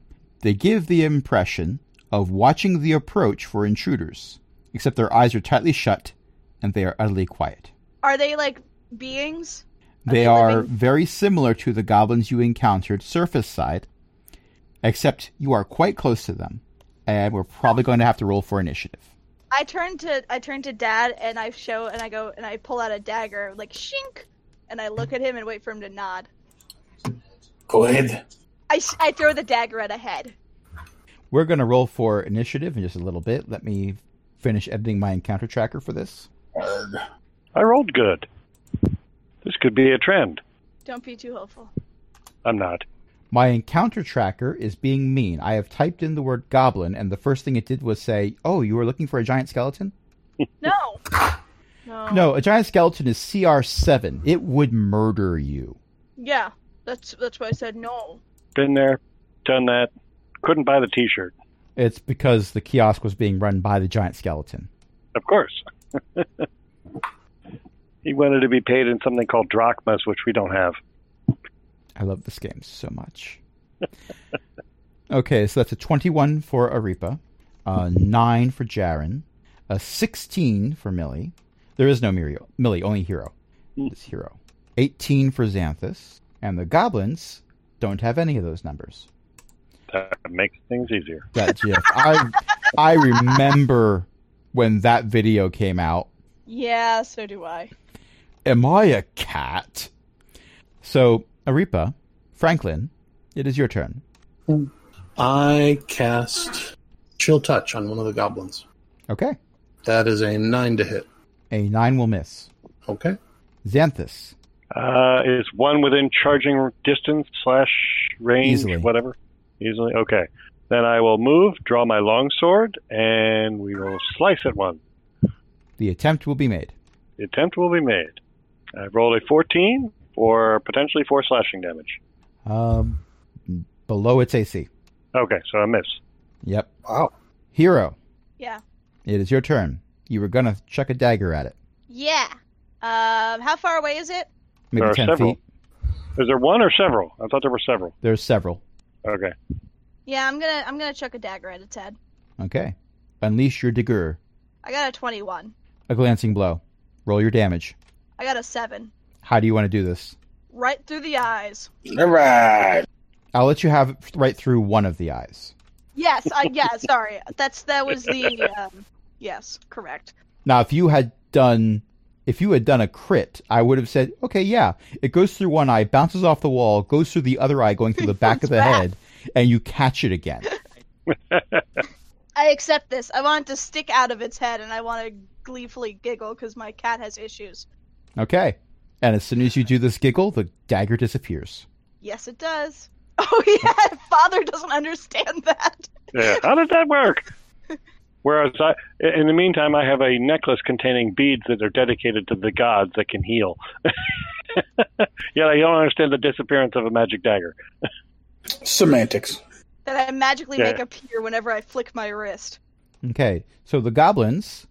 S2: they give the impression of watching the approach for intruders, except their eyes are tightly shut and they are utterly quiet.
S4: Are they like beings?
S2: They
S4: they
S2: are
S4: living?
S2: very similar to the goblins you encountered surface side, except you are quite close to them, and we're probably going to have to roll for initiative.
S4: I turn to I turn to Dad and I show and I go and I pull out a dagger like shink, and I look at him and wait for him to nod.
S6: Go ahead.
S4: I, s- I throw the dagger at a head.
S2: We're going to roll for initiative in just a little bit. Let me finish editing my encounter tracker for this.
S6: Arg.
S3: I rolled good. This could be a trend.
S4: Don't be too hopeful.
S3: I'm not.
S2: My encounter tracker is being mean. I have typed in the word goblin, and the first thing it did was say, Oh, you were looking for a giant skeleton?
S4: No. No.
S2: No, a giant skeleton is CR7. It would murder you.
S4: Yeah. That's that's why I said no.
S3: Been there, done that. Couldn't buy the T-shirt,
S2: It's because the kiosk was being run by the giant skeleton.
S3: of course. *laughs* he wanted to be paid in something called drachmas, which we don't have.
S2: I love this game so much. *laughs* okay, so that's a 21 for Arepa, a 9 for Jaren, a 16 for Millie. There is no Mirio, Millie, only Hero. It's Hero. 18 for Xanthus, and the goblins don't have any of those numbers.
S3: That makes things easier.
S2: That GIF. I, I remember when that video came out.
S4: Yeah, so do I.
S2: Am I a cat? So, Arepa, Franklin, it is your turn.
S7: I cast Chill Touch on one of the goblins.
S2: Okay.
S7: That is a nine to hit.
S2: A 9 will miss.
S7: Okay.
S2: Xanthus.
S3: Uh, is one within charging distance slash range,
S2: Easily.
S3: whatever? Easily. Okay. Then I will move, draw my longsword, and we will slice at one.
S2: The attempt will be made.
S3: The attempt will be made. I've rolled a 14 for potentially four slashing damage.
S2: Um, below its AC.
S3: Okay, so I miss.
S2: Yep.
S7: Wow.
S2: Hero,
S4: Yeah.
S2: it is your turn. You were gonna chuck a dagger at it.
S4: Yeah. Um, how far away is it?
S2: Maybe
S3: There are
S2: ten
S3: several.
S2: feet.
S3: Is there one or several? I thought there were several.
S2: There's several.
S3: Okay.
S4: Yeah, I'm gonna I'm gonna chuck a dagger at its head.
S2: Okay. Unleash your dagger.
S4: I got a twenty-one.
S2: A glancing blow. Roll your damage.
S4: I got a seven.
S2: How do you want to do this?
S4: Right through the eyes.
S6: All right.
S2: I'll let you have it right through one of the eyes.
S4: Yes, I yeah, sorry. That's that was the um yes, correct.
S2: Now, if you had done, if you had done a crit, I would have said, okay, yeah, it goes through one eye, bounces off the wall, goes through the other eye, going through *laughs* the back of the
S4: back.
S2: head, and you catch it again.
S4: I accept this. I want it to stick out of its head and I want to gleefully giggle cuz my cat has issues.
S2: Okay. And as soon as you do this giggle, the dagger disappears.
S4: Yes, it does. *laughs* Oh yeah, *laughs* father doesn't understand *laughs* that.
S3: Yeah. How did that work? Whereas I, in the meantime, I have a necklace containing beads that are dedicated to the gods that can heal. *laughs* Yet I don't understand the disappearance of a magic dagger.
S6: Semantics.
S4: That I magically
S3: Yeah.
S4: make appear whenever I flick my wrist.
S2: Okay. So the goblins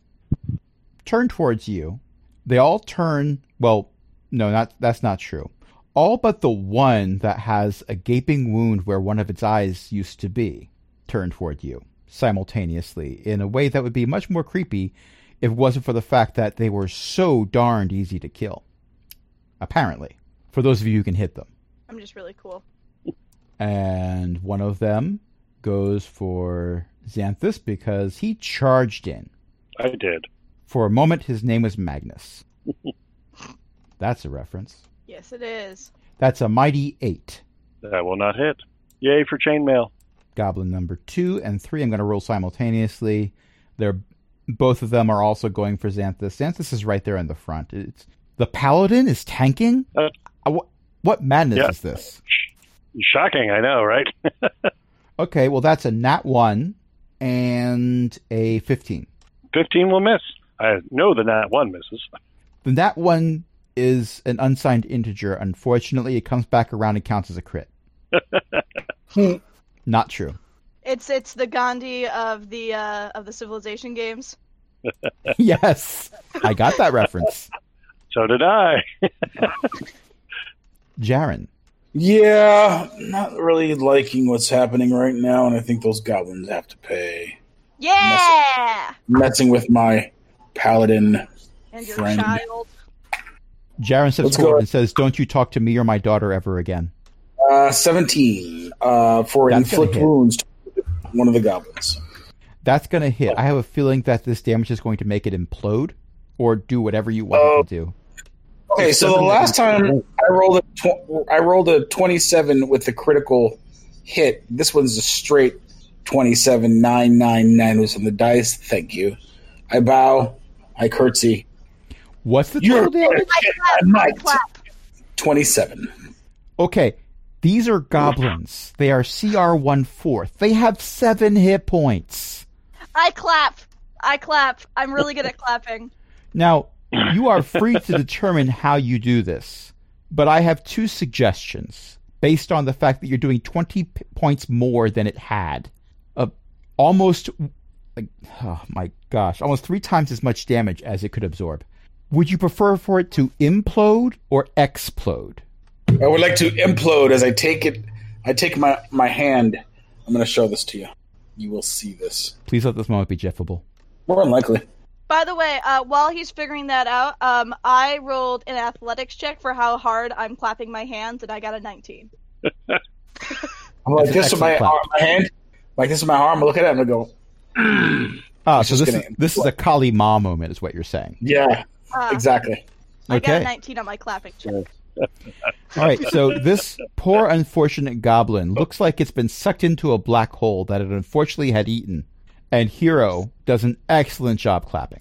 S2: turn towards you. They all turn. Well, no, not that's not true. All but the one that has a gaping wound where one of its eyes used to be turn toward you. simultaneously in a way that would be much more creepy if it wasn't for the fact that they were so darned easy to kill. Apparently, for those of you who can hit them.
S4: I'm just really cool.
S2: And one of them goes for Xanthus because he charged in.
S3: I did.
S2: For a moment, his name was
S3: *laughs*
S2: Magnus. That's a reference.
S4: Yes, it is.
S2: That's a mighty eight.
S3: That will not hit. Yay for chainmail.
S2: Goblin number two and three. I'm going to roll simultaneously. They're both of them are also going for Xanthus. Xanthus is right there in the front. It's the paladin is tanking.
S3: Uh,
S2: Uh, what, what madness
S3: Yeah.
S2: is this?
S3: Shocking, I know, right? *laughs*
S2: Okay, well that's a nat one and a fifteen.
S3: 15 will miss. I know the nat 1 misses.
S2: The nat one is an unsigned integer. Unfortunately, it comes back around and counts as a
S6: *laughs*
S2: crit.
S7: Hmm.
S2: Not true.
S4: It's it's the Gandhi of the uh, of the Civilization games.
S2: yes, I got that reference.
S3: So did I.
S2: Jaren,
S6: Yeah, not really liking what's happening right now, and I think those goblins have to pay.
S4: Yeah,
S6: Messing with my paladin.
S4: and your
S6: Friend.
S4: child.
S2: Jaren steps
S6: Let's go.
S2: forward and says, "Don't you talk to me or my daughter ever again."
S6: Uh, 17 uh, for
S2: That's gonna
S6: inflict
S2: hit.
S6: wounds to one of the goblins.
S2: That's going to
S6: Oh.
S2: hit. I have a feeling that this damage is going to make it implode or do whatever you want
S6: Oh.
S2: it to do.
S6: Okay, so the last time I rolled a tw- I rolled a 27 with the critical hit. This one's a straight 27 999 was on the dice. Thank you. I bow. I curtsy.
S2: What's the
S6: You're
S2: total damage?
S4: I clap, I
S6: might.
S4: clap.
S6: 27.
S2: Okay, these are goblins. They are CR one fourth. They have seven hit points.
S4: I clap. I clap. I'm really good at clapping.
S2: *laughs* Now, you are free to determine how you do this, but I have two suggestions based on the fact that you're doing 20 p- points more than it had. Uh, almost, like, oh my gosh, almost three times as much damage as it could absorb. Would you prefer for it to implode or explode?
S6: I would like to implode as I take it I take my my hand. I'm going to show this to you. You will see this.
S2: Please let this moment be jeffable.
S6: More unlikely.
S4: By the way, uh, while he's figuring that out, um, I rolled an athletics check for how hard I'm clapping my hands, and I got a 19.
S6: I'm like
S2: Oh, That's an
S6: this with my,
S2: excellent
S6: arm, my hand. Like this is my arm. I look at it and I go,
S2: Ah,
S6: It's
S2: so
S6: just
S2: this is,
S6: gonna
S2: this is a Kali Ma moment, is what you're saying.
S6: yeah,
S4: Uh,
S6: exactly.
S4: I got a
S2: Okay.
S4: 19 on my clapping check.
S2: All right, so this poor unfortunate goblin looks like it's been sucked into a black hole that it unfortunately had eaten. And Hero does an excellent job clapping.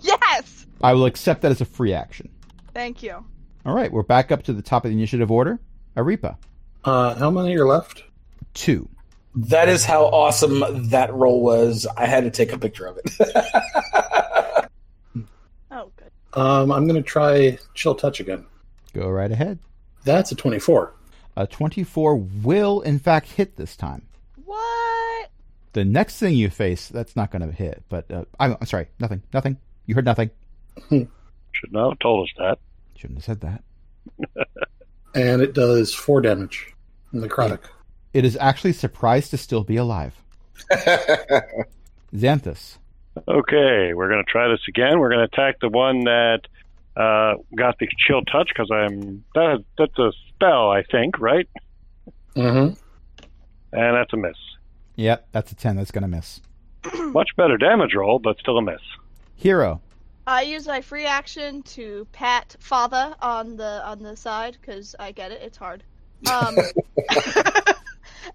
S4: Yes!
S2: I will accept that as a free action.
S4: Thank you.
S2: All right, we're back up to the top of the initiative order. Arepa,
S7: Uh, how many are left?
S2: two.
S6: That is how awesome that roll was. I had to take a picture of *laughs* it.
S4: Oh, good.
S7: Um, I'm going to try Chill Touch again.
S2: Go right ahead.
S7: That's a 24.
S2: A 24 will, in fact, hit this time.
S4: What?
S2: The next thing you face, that's not going to hit, but uh, I'm, I'm sorry, nothing, nothing. You heard nothing.
S3: Should not have told us that.
S2: Shouldn't have said that.
S7: And it does 4 damage. Necrotic.
S2: It is actually surprised to still be alive. Xanthus,
S3: Okay, we're going to try this again. We're going to attack the one that uh, got the chill touch because I'm that, that's a spell, I think, right?
S7: Mm-hmm.
S3: And that's a miss. *clears throat*
S2: Yep, that's a 10. That's going to miss.
S3: Much better damage roll, but still a miss.
S2: Hero.
S4: I use my free action to pat father on the on the side because I get it. It's hard. Um,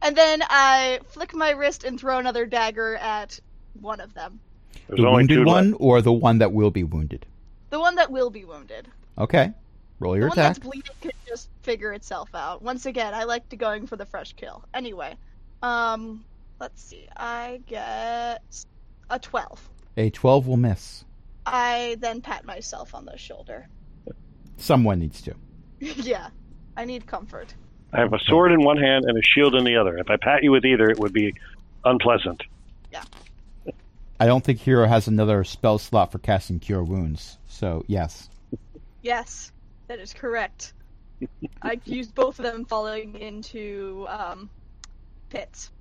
S4: and then I flick my wrist and throw another dagger at one of them,
S3: There's
S2: The
S3: only two
S2: wounded
S3: left.
S2: one or the one that will be wounded?
S4: the one that will be wounded.
S2: Okay. Roll
S4: the
S2: your
S4: one
S2: attack.
S4: that's bleeding can just figure itself out. Once again, I like to going for the fresh kill. Anyway, um, let's see. I get a twelve.
S2: A 12 will miss.
S4: I then pat myself on the shoulder. *laughs*
S2: Someone needs to.
S4: yeah, I need comfort.
S3: I have a sword in one hand and a shield in the other. If I pat you with either, it would be unpleasant.
S2: I don't think Hero has another spell slot for casting Cure Wounds. So, yes.
S4: Yes, that is correct. I used both of them falling into um, pits.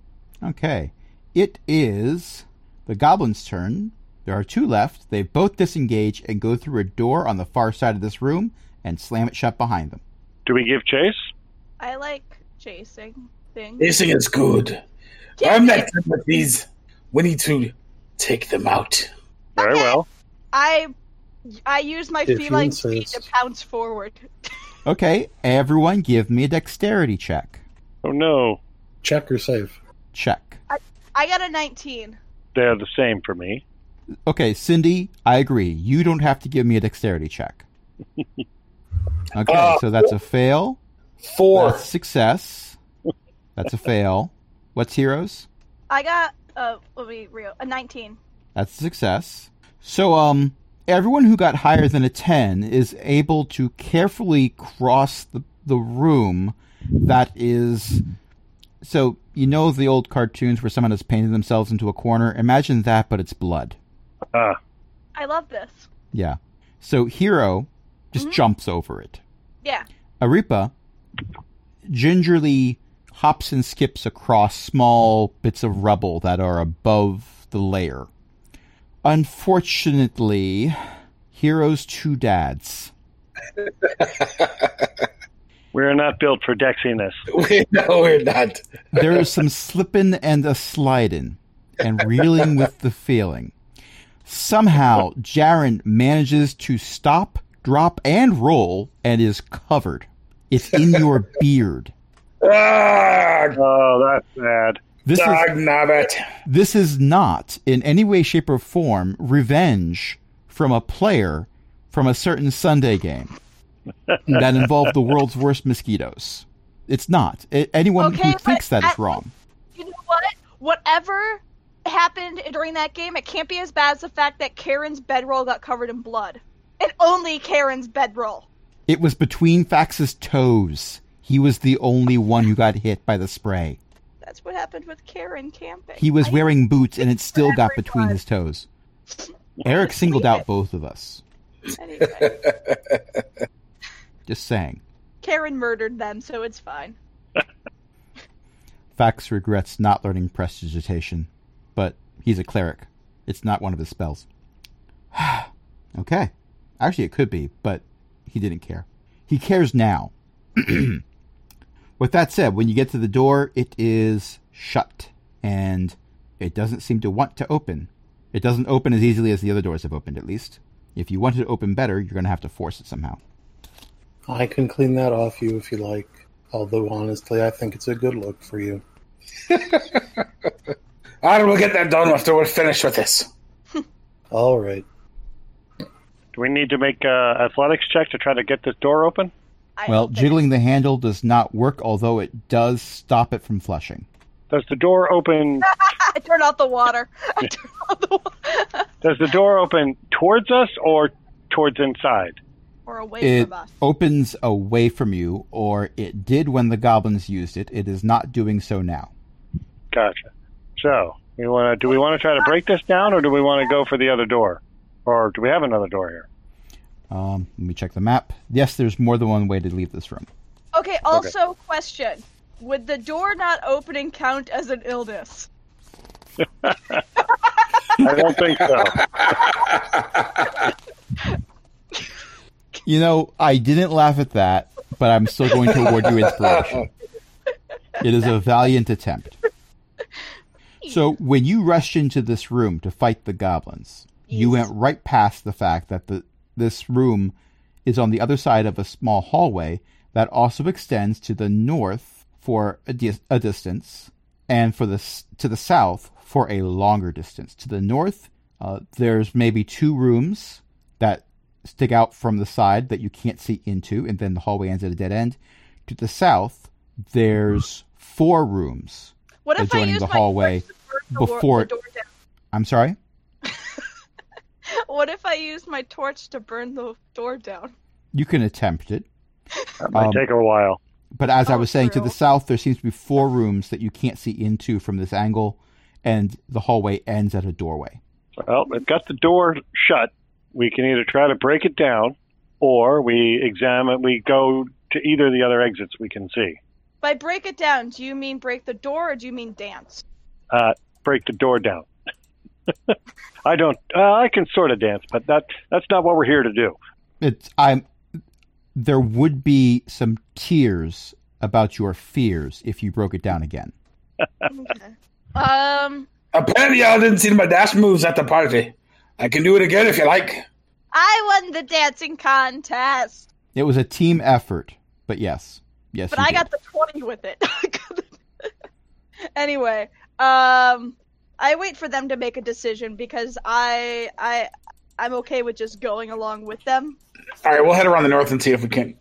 S2: Okay. it is the goblin's turn. There are two left. They both disengage and go through a door on the far side of this room and slam it shut behind them.
S3: Do we give chase?
S4: I like chasing things.
S6: Racing is good. I'm not done with these. We need to take them out.
S3: Very
S4: Okay.
S3: well.
S4: I I use my
S7: If you
S4: feline speed to
S7: insist.
S4: pounce forward.
S2: Okay, everyone give me a dexterity check.
S3: Oh no,
S7: Check or save.
S2: Check.
S4: I got a 19.
S3: they're the same for me.
S2: Okay, Cindy, I agree. You don't have to give me a dexterity
S6: *laughs*
S2: check. Okay,
S6: Uh,
S2: so that's a fail.
S6: Four. *laughs*
S2: That's success. That's a fail. What's heroes?
S4: I got uh let me real a 19.
S2: That's a success. So, um, everyone who got higher than a 10 is able to carefully cross the, the room that is. So, you know the old cartoons where someone has painted themselves into a corner? Imagine that, but it's blood.
S3: Ah,
S4: I love this.
S2: Yeah. So, Hero just
S6: Mm-hmm.
S4: Mhm.
S2: jumps over it.
S4: Yeah.
S2: Arepa gingerly hops and skips across small bits of rubble that are above the layer. Unfortunately, Hero's two dads.
S3: we're not built for dexiness.
S6: Wait, no, we're not.
S2: There is some slipping and a sliding and reeling with the feeling. Somehow, Jaren manages to stop, drop, and roll and is covered. It's in your beard.
S6: Ah,
S3: Oh, that's bad.
S2: This is
S6: dog nabbit.
S2: This is not, in any way, shape, or form, revenge from a player from a certain Sunday game that involved the world's worst mosquitoes. It's not. I- anyone
S4: Okay,
S2: who
S4: but
S2: thinks that is
S4: at-
S2: wrong.
S4: You know what? Whatever happened during that game, it can't be as bad as the fact that Karen's bedroll got covered in blood. And only Karen's bedroll.
S2: It was between Fax's toes. He was the only one who got hit by the spray.
S4: That's what happened with Karen camping.
S2: He was
S4: I-
S2: wearing boots and it still got between his toes. Eric singled out both of us.
S4: Anyway, *laughs*
S2: Just saying.
S4: Karen murdered them, so it's fine.
S2: Fax regrets not learning prestidigitation, but he's a cleric. It's not one of his spells. *sighs* okay. Actually, it could be, but he didn't care. He cares now. *clears throat* With that said, when you get to the door, it is shut, and it doesn't seem to want to open. It doesn't open as easily as the other doors have opened, at least. If you want it to open better, you're going to have to force it somehow.
S7: I can clean that off you if you like. Although honestly, I think it's a good look for you.
S6: I will get that done after we're finished with this.
S7: All right.
S3: Do we need to make a athletics check to try to get this door open?
S4: I
S2: Well,
S4: don't think-
S2: jiggling the handle does not work, although it does stop it from flushing.
S3: Does the door open?
S4: *laughs* I turned off the water. *laughs* I turned off the water.
S3: Does the door open towards us or towards inside?
S4: or away
S2: it oh.
S4: from us.
S2: opens away from you, or it did when the goblins used it. It is not doing so now.
S3: Gotcha. So, we want to? Do we want to try to break this down, or do we want to go for the other door, or do we have another door here?
S2: Um, let me check the map. Yes, there's more than one way to leave this room.
S4: Okay, also, question. Would the door not opening count as an illness?
S3: I don't think so.
S2: *laughs* You know, I didn't laugh at that, but I'm still going to award you inspiration. It is a valiant attempt. So, when you rushed into this room to fight the goblins, you went right past the fact that the, this room is on the other side of a small hallway that also extends to the north for a, dis- a distance and for the s- to the south for a longer distance. To the north, uh, there's maybe two rooms that stick out from the side that you can't see into, and then the hallway ends at a dead end. To the south, there's four rooms.
S4: What if I
S2: Adjoining
S4: use
S2: the
S4: my
S2: hallway
S4: torch to burn the wor-
S2: before-
S4: the door down? *laughs*
S2: I'm sorry?
S4: What if I use my torch to burn the door down?
S2: You can attempt it.
S3: That might
S2: Um,
S3: take a while.
S2: But as I
S4: Oh,
S2: was saying, to
S4: true.
S2: the south, there seems to be four rooms that you can't see into from this angle, and the hallway ends at a doorway.
S3: Well, we've got the door shut. We can either try to break it down, or we examine. We go to either of the other exits we can see.
S4: By break it down, do you mean break the door or do you mean dance?
S3: Uh, break the door down. *laughs* I don't. Uh, I can sort of dance, but that that's not what we're here to do.
S2: It's I'm. There would be some tears about your fears if you broke it down again.
S4: Okay. Um,
S6: Apparently, y'all didn't see my dash moves at the party. I can do it again if you like.
S4: I won the dancing contest,
S2: It was a team effort, but yes, yes.
S4: but
S2: you
S4: I
S2: did.
S4: got the twenty with it. *laughs* anyway, um, I wait for them to make a decision because I I I'm okay with just going along with them.
S6: All right, we'll head around the north and see if we can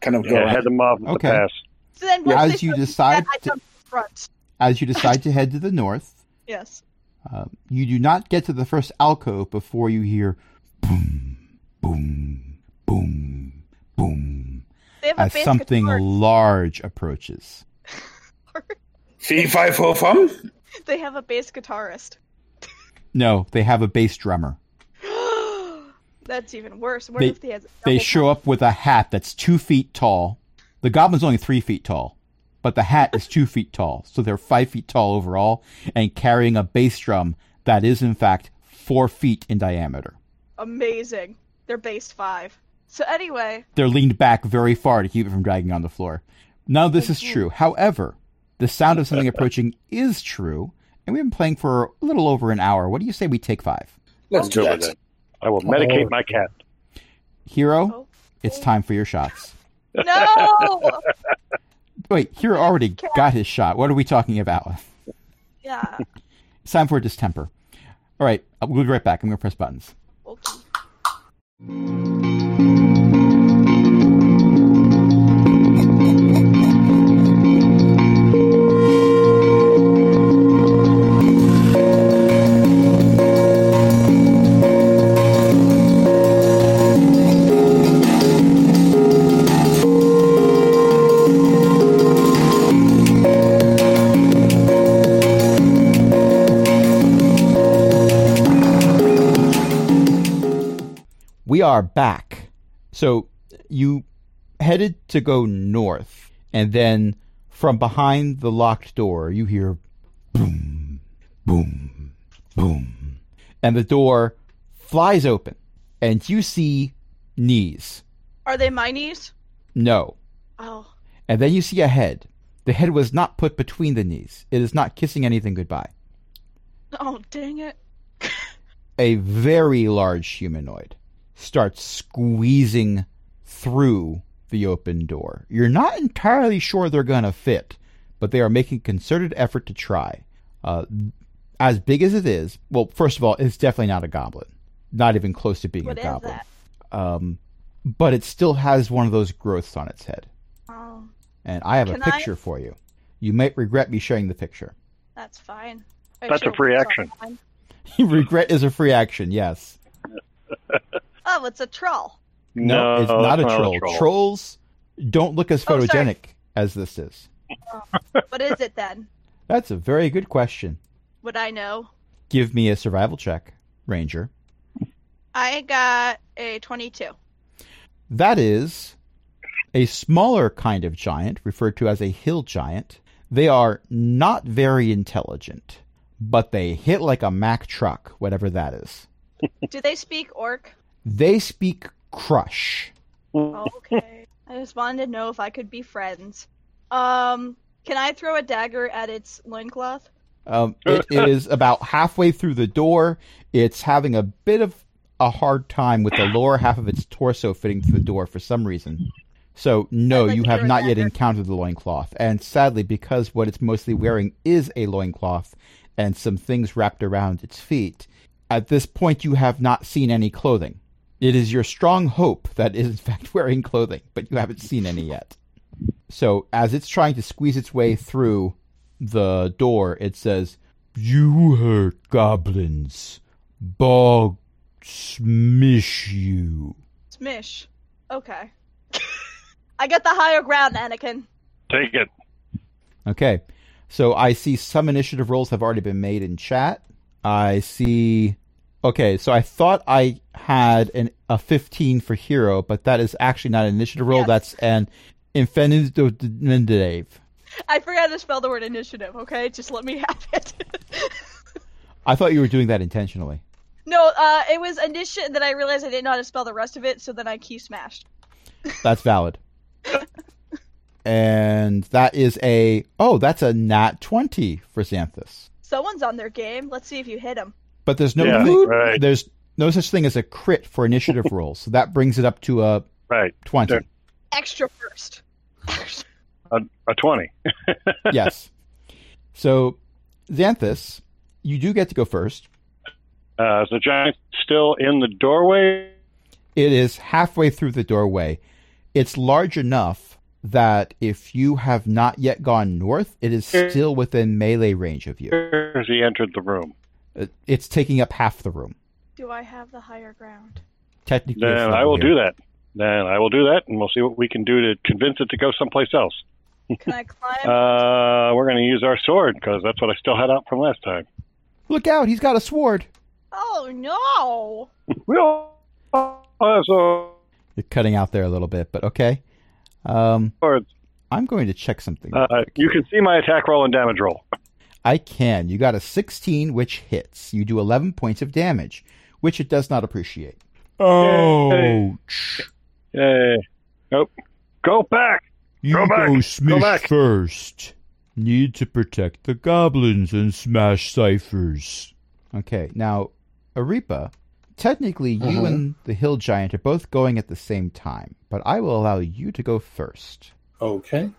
S6: kind of go.
S3: Yeah,
S6: around.
S3: head them off with
S2: Okay.
S3: the pass.
S4: So then,
S2: Yeah,
S4: once
S2: as
S4: they
S2: you
S4: start to do
S2: decide
S4: that, I
S2: to-
S4: jump to the front. *laughs*
S2: as you decide to head to the north.
S4: Yes.
S2: Uh, you do not get to the first alcove before you hear boom, boom, boom, boom,
S4: They have a
S2: as
S4: basic
S2: something
S4: sword.
S2: large approaches.
S6: Fee fi fo fum.
S4: They have a bass guitarist.
S2: No, they have a bass drummer.
S4: That's even worse. What
S2: They-
S4: if they had
S2: They show up with a hat that's two feet tall. The goblin's only three feet tall, but the hat is two feet tall, so they're five feet tall overall, and carrying a bass drum that is in fact four feet in diameter.
S4: amazing? They're base five. So
S2: *laughs*
S4: anyway,
S2: They're leaned back very far to keep it from dragging on the floor. None of this is true. However, the sound of something approaching is true, and we've been playing for a little over an hour. What do you say we take five?
S6: Let's do
S3: Over
S6: that.
S3: there. I will medicate
S7: Oh.
S3: my cat.
S2: Hero, it's time for your shots.
S4: no.
S2: Wait, Hero already got his shot. What are we talking about?
S4: yeah.
S2: It's time for a distemper. All right, uh, we'll be right back. I'm going to press buttons.
S4: Okay.
S2: We are back. So you headed to go north, and then from behind the locked door, you hear boom, boom, boom, and the door flies open, and you see knees.
S4: Are they my knees?
S2: No,
S4: Oh.
S2: and then you see a head. The head was not put between the knees. It is not kissing anything goodbye.
S4: Oh dang it.
S2: a very large humanoid starts squeezing through the open door. You're not entirely sure they're going to fit, but they are making concerted effort to try. Uh, as big as it is, well, first of all, it's definitely not a goblin, not even close to being
S4: What
S2: a
S4: is
S2: goblin.
S4: that?
S2: Um, but it still has one of those growths on its head.
S4: Oh,
S2: And I have
S4: Can
S2: a
S4: I-
S2: picture for you. You might regret me showing the picture. *laughs*
S4: that's fine.
S3: That's a free
S4: it's
S3: action.
S4: online.
S2: regret is a free action, yes.
S4: Oh, it's a troll.
S2: No, it's not a
S3: that's
S2: troll. Trolls don't look as
S4: Oh, sorry.
S2: photogenic as this is.
S4: What is it then?
S2: That's a very good question.
S4: Would I know?
S2: Give me a survival check, Ranger.
S4: I got a twenty-two.
S2: That is a smaller kind of giant, referred to as a hill giant. They are not very intelligent, but they hit like a Mack truck, whatever that is.
S4: Do they speak orc?
S2: They speak crush.
S4: Okay. I just wanted to know if I could be friends. Um, can I throw a dagger at its loincloth?
S2: Um, it is about halfway through the door. It's having a bit of a hard time with the lower half of its torso fitting through the door for some reason. So, no,
S4: I'd like
S2: you
S4: to
S2: have
S4: throw a
S2: not yet
S4: dagger.
S2: encountered the loincloth. And sadly, because what it's mostly wearing is a loincloth and some things wrapped around its feet, at this point you have not seen any clothing. It is your strong hope that it is in fact *laughs* wearing clothing, but you haven't seen any yet. So, as it's trying to squeeze its way through the door, it says, You hurt goblins. Bog smish you.
S4: Smish. Okay. I get the higher ground, Anakin.
S3: Take it.
S2: Okay. So I see some initiative rolls have already been made in chat. I see. Okay, so I thought I had an, a 15 for hero, but that is actually not an initiative roll.
S4: Yes.
S2: That's an infinitive.
S4: I forgot to spell the word initiative, okay? Just let me have it. *laughs*
S2: I thought you were doing that intentionally.
S4: No, uh, it was initiative that I realized I didn't know how to spell the rest of it, so then I key smashed.
S2: That's valid. and that is a oh, that's a nat twenty for Xanthus.
S4: Someone's on their game. Let's see if you hit them.
S2: But there's no
S3: Yeah,
S2: thing-
S3: right.
S2: there's no such thing as a crit for
S3: *laughs*
S2: initiative rolls, so that brings it up to a
S3: Right.
S2: twenty.
S3: Sure. *laughs*
S4: Extra first. *laughs* Extra-
S3: A, a 20.
S2: yes. So, Xanthus, you do get to go first.
S3: Uh, is the giant still in the doorway?
S2: It is halfway through the doorway. It's large enough that if you have not yet gone north, it is still within melee range of you.
S3: Or has he entered the room?
S2: It- It's taking up half the room.
S4: Do I have the higher
S3: *laughs*
S4: ground?
S2: Technically,
S3: Then I will do that. Then I will do that, and we'll see what we can do to convince it to go someplace else.
S4: Can I climb?
S3: Uh, we're going to use our sword because that's what I still had out from last time.
S2: Look out! He's got a sword.
S4: oh no!
S3: We all have swords.
S2: You're cutting out there a little bit, but okay. Um, I'm going to check something.
S3: Uh, you can see my attack roll and damage roll.
S2: I can. You got a 16, which hits. You do 11 points of damage, which it does not appreciate. Oh, Ouch.
S3: Yay. Nope. Go back.
S2: You
S3: Go back. Go back.
S2: first. Need to protect the goblins and smash ciphers. Okay, now, Arepa, technically you
S3: Mm-hmm.
S6: Mhm.
S2: and the hill giant are both going at the same time, but I will allow you to go first.
S7: Okay.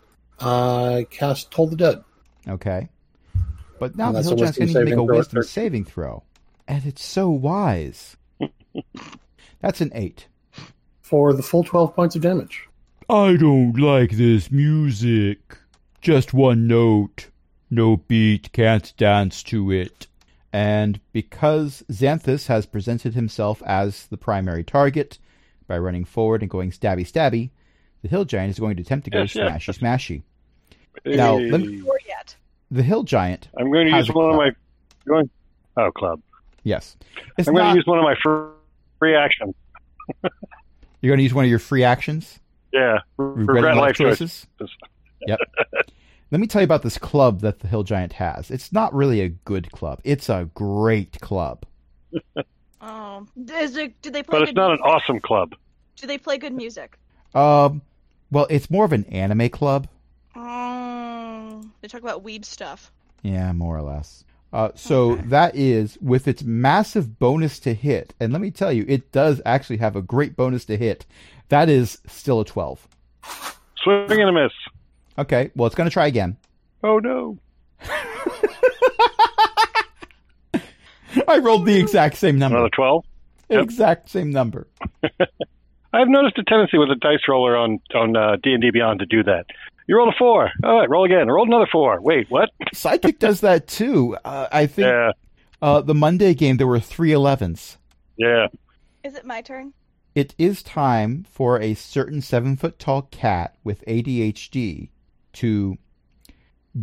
S7: I cast Toll the Dead.
S2: Okay. But now
S7: And
S2: the
S7: that's
S2: hill
S7: a
S2: giant's
S7: wisdom
S2: going to
S7: saving throw
S2: make a
S7: at
S2: wisdom
S7: 13.
S2: saving throw. And it's
S7: *laughs*
S2: so wise. That's an 8.
S7: for the full 12 points of damage.
S2: I don't like this music. Just one note. No beat, can't dance to it. And because Xanthus has presented himself as the primary target by running forward and going stabby stabby, the hill giant is going to attempt to go
S3: Yes, yes.
S2: smashy smashy. Now, let me-
S4: Or yet.
S2: The hill giant,
S3: I'm going to
S2: How's
S3: use
S2: it
S3: one of
S2: club?
S3: my. Going. Oh, club.
S2: yes, it's
S3: I'm going
S2: not.
S3: to use one of my fr- free actions.
S2: you're going to use one of your free actions.
S3: Yeah. Regret life choices. *laughs*
S2: Yep. Let me tell you about this club that the Hill Giant has. It's not really a good club. It's a great club.
S4: Oh, is it, do they play?
S3: But
S4: good
S3: it's not an
S4: music?
S3: awesome club.
S4: Do they play good music?
S2: Um, well, it's more of an anime club.
S4: Oh, they talk about weeb stuff.
S2: Yeah, more or less. Uh, so that is with its massive bonus to hit, and let me tell you, it does actually have a great bonus to hit. That is still a twelve.
S3: Swing and a miss.
S2: Okay, well, it's going to try again. *laughs*
S3: Oh, no.
S2: I rolled the exact same
S3: Another
S2: number.
S3: 12. yep.
S2: Exact same number.
S3: I've noticed a tendency with a dice roller on on uh, D&D Beyond to do that. You rolled a four. All right, roll again. Roll another four. Wait, *laughs* what?
S2: Psychic does that too. Uh, I think
S3: Yeah,
S2: Uh, the Monday game, there were three 11s.
S3: yeah.
S4: Is it my turn?
S2: It is time for a certain seven foot tall cat with ADHD to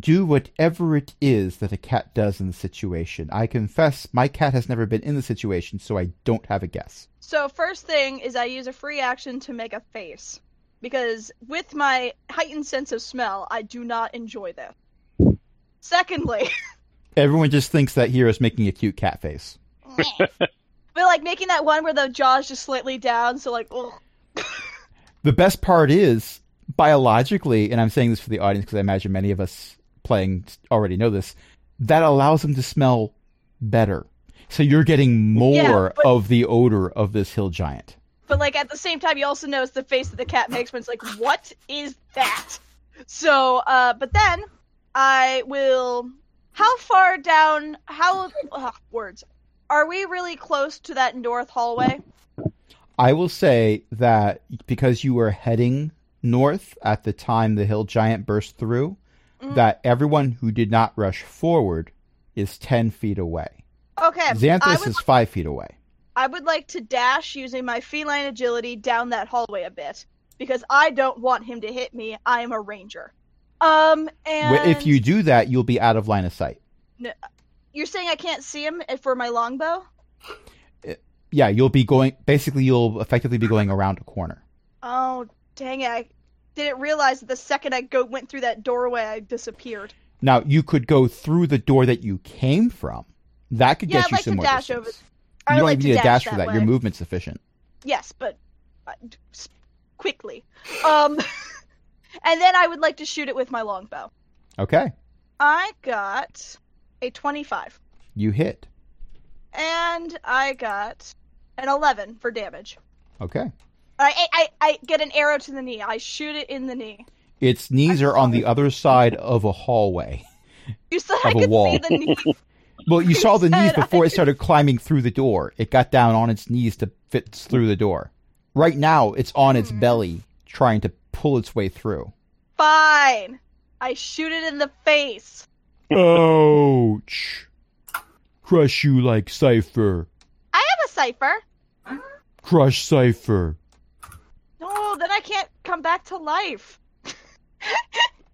S2: do whatever it is that a cat does in the situation. I confess my cat has never been in the situation, so I don't have a guess.
S4: So first thing is I use a free action to make a face because with my heightened sense of smell, I do not enjoy this. Secondly, *laughs*
S2: Everyone just thinks that hero's making a cute cat face.
S4: but like making that one where the jaw's just slightly down, so like, ugh.
S2: The best part is, biologically, and I'm saying this for the audience because I imagine many of us playing already know this, that allows them to smell better. So you're getting more
S4: Yeah, but-
S2: of the odor of this hill giant.
S4: But like at the same time, you also notice the face that the cat makes when it's like, "What is that?" So, uh, but then I will. How far down? How ugh, words? Are we really close to that north hallway?
S2: I will say that because you were heading north at the time the hill giant burst through,
S4: Mm.
S2: that everyone who did not rush forward is 10 feet away.
S4: Okay, I
S2: Xanthus
S4: would,
S2: is 5 feet away.
S4: I would like to dash using my feline agility down that hallway a bit because I don't want him to hit me. I am a ranger. Um,
S2: Wh-
S4: and
S2: If you do that, you'll be out of line of sight.
S4: you're saying I can't see him eh, for my longbow?
S2: yeah, you'll be going. Basically, you'll effectively be going around a corner.
S4: Oh, dang it. I didn't realize that the second I go went through that doorway, I disappeared.
S2: Now, you could go through the door that you came from, That could
S4: Yeah,
S2: get
S4: I'd
S2: you
S4: like
S2: some
S4: to
S2: more
S4: dash
S2: distance.
S4: over.
S2: You
S4: I
S2: don't
S4: would like
S2: even
S4: to
S2: need a dash
S4: dash
S2: for that.
S4: that way.
S2: Your movement's sufficient.
S4: Yes, but uh, d- s- quickly. Um, *laughs* and then I would like to shoot it with my longbow.
S2: Okay,
S4: I got a 25,
S2: you hit.
S4: and I got an 11 for damage.
S2: Okay,
S4: I, I, I I get an arrow to the knee. I shoot it in the knee.
S2: its knees are on the other side of a
S4: *laughs*
S2: hallway.
S4: You said I
S2: Of a
S4: could
S2: wall.
S4: see
S2: *laughs*
S4: the knee.
S2: Well, you saw the knees
S4: said I
S2: before it started climbing through the door. It got down on its knees to fit through the door. Right now, it's on
S4: Hmm.
S2: its belly trying to pull its way through.
S4: Fine. I shoot it in the face.
S2: Ouch! Crush you like Cypher.
S4: I have a cipher.
S2: Crush Cypher.
S4: No, then I can't come back to life.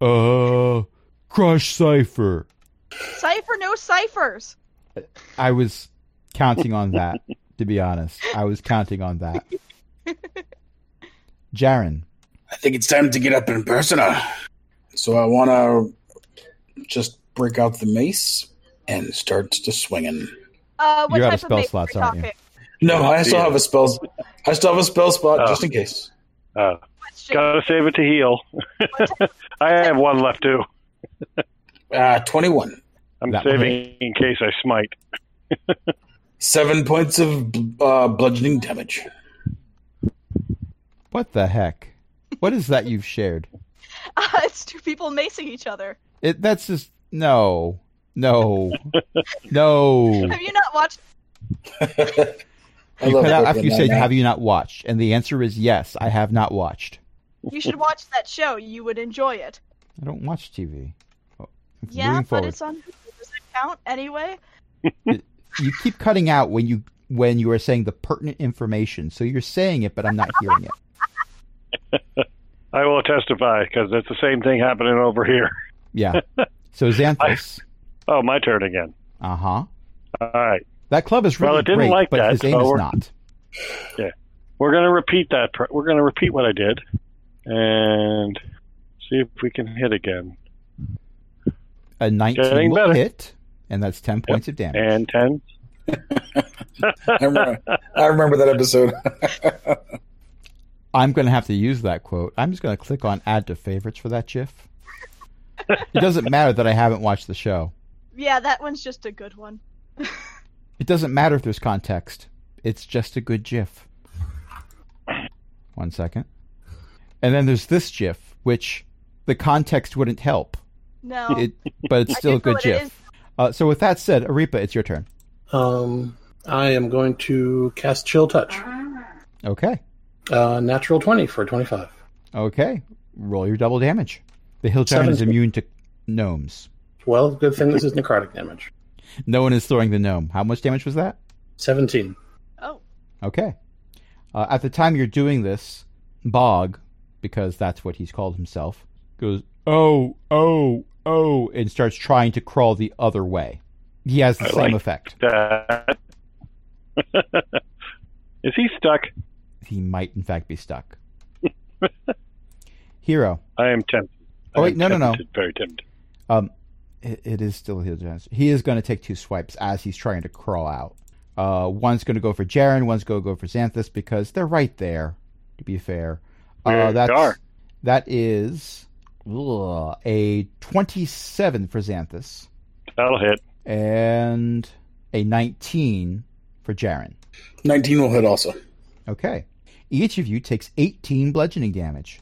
S2: Uh, crush Cypher.
S4: Cipher, no ciphers.
S2: I was counting on that, to be honest. I was counting on
S4: *laughs*
S2: that. Jaren,
S6: I think it's time to get up in persona. So I want to just break out the mace and start to swinging.
S4: Uh, what
S2: You're out
S4: type
S2: of spell
S4: mace are
S2: slots,
S4: we
S2: aren't you?
S4: talking?
S6: No, I still have a spell. I still have a spell spot just in case.
S3: Uh,
S4: What's your-
S3: gotta save it to heal. *laughs* I have one left too.
S6: Uh, Twenty-one.
S3: I'm
S2: That
S3: saving in case I smite.
S6: Seven points of uh, bludgeoning damage.
S2: what the heck? What is that you've shared?
S4: *laughs* Uh, it's two people macing each other.
S2: It, that's just no, no, no.
S4: Have you not watched?
S6: I
S2: You
S6: love
S2: cut out
S6: that
S2: after you
S6: one,
S2: said,
S6: man.
S2: "Have you not watched?" And the answer is yes, I have not watched.
S4: You should watch that show. You would enjoy it.
S2: I don't watch TV. Oh,
S4: Yeah,
S2: moving
S4: but
S2: forward.
S4: it's on. Does it count anyway?
S2: You keep cutting out when you when you are saying the pertinent information. So you're saying it, but I'm not hearing it.
S3: I will testify because it's the same thing happening over here.
S2: Yeah. So
S3: *laughs*
S2: Xanthus.
S3: Oh, my turn again.
S2: Uh huh.
S3: All right,
S2: That club is really
S3: Well, it didn't
S2: great,
S3: like
S2: but
S3: that,
S2: his aim
S3: so
S2: is
S3: we're-
S2: not.
S3: we're gonna repeat that. pr- We're gonna repeat what I did and see if we can hit again.
S2: A 19
S3: Getting
S2: will
S3: better.
S2: hit, and that's 10 points of damage.
S3: And ten.
S6: I remember, I remember that episode. *laughs*
S2: I'm going to have to use that quote. I'm just going to click on add to favorites for that GIF. it doesn't matter that I haven't watched the show.
S4: Yeah, that one's just a good one.
S2: It doesn't matter if there's context. It's just a good GIF. One second. And then there's this GIF, which the context wouldn't help.
S4: No.
S2: It, but it's
S4: I
S2: still
S4: do
S2: a
S4: know
S2: good
S4: what it
S2: GIF. Uh, so with that said, Arepa, it's your turn.
S7: Um, I am going to cast Chill Touch.
S2: Okay.
S7: Uh, natural 20 for 25.
S2: Okay. Roll your double damage. The hill giant is
S7: Seven.
S2: immune to gnomes.
S7: Well, good thing this is necrotic damage.
S2: No one is throwing the gnome. How much damage was that?
S7: 17.
S4: Oh,
S2: Okay. Uh, at the time you're doing this, Bog, because that's what he's called himself, goes, oh, oh, oh, and starts trying to crawl the other way. He has the
S3: I
S2: same
S3: like-
S2: effect.
S3: That. *laughs* Is he stuck?
S2: He might, in fact, be stuck. *laughs* Hero.
S3: I am tempted.
S2: Oh,
S3: I
S2: wait,
S3: am
S2: no, no, no.
S3: tempted, Very tempted.
S2: Um, it, it is still heal chance. He is going to take two swipes as he's trying to crawl out. Uh, one's going to go for Jaren, one's going to go for Xanthus because they're right there. To be fair,
S3: Yeah,
S2: uh,
S3: they
S2: that's
S3: are.
S2: that is ugh, a twenty-seven for Xanthus
S3: That'll hit.
S2: and a nineteen for Jaren.
S6: Nineteen will hit also.
S2: Okay, each of you takes eighteen bludgeoning damage.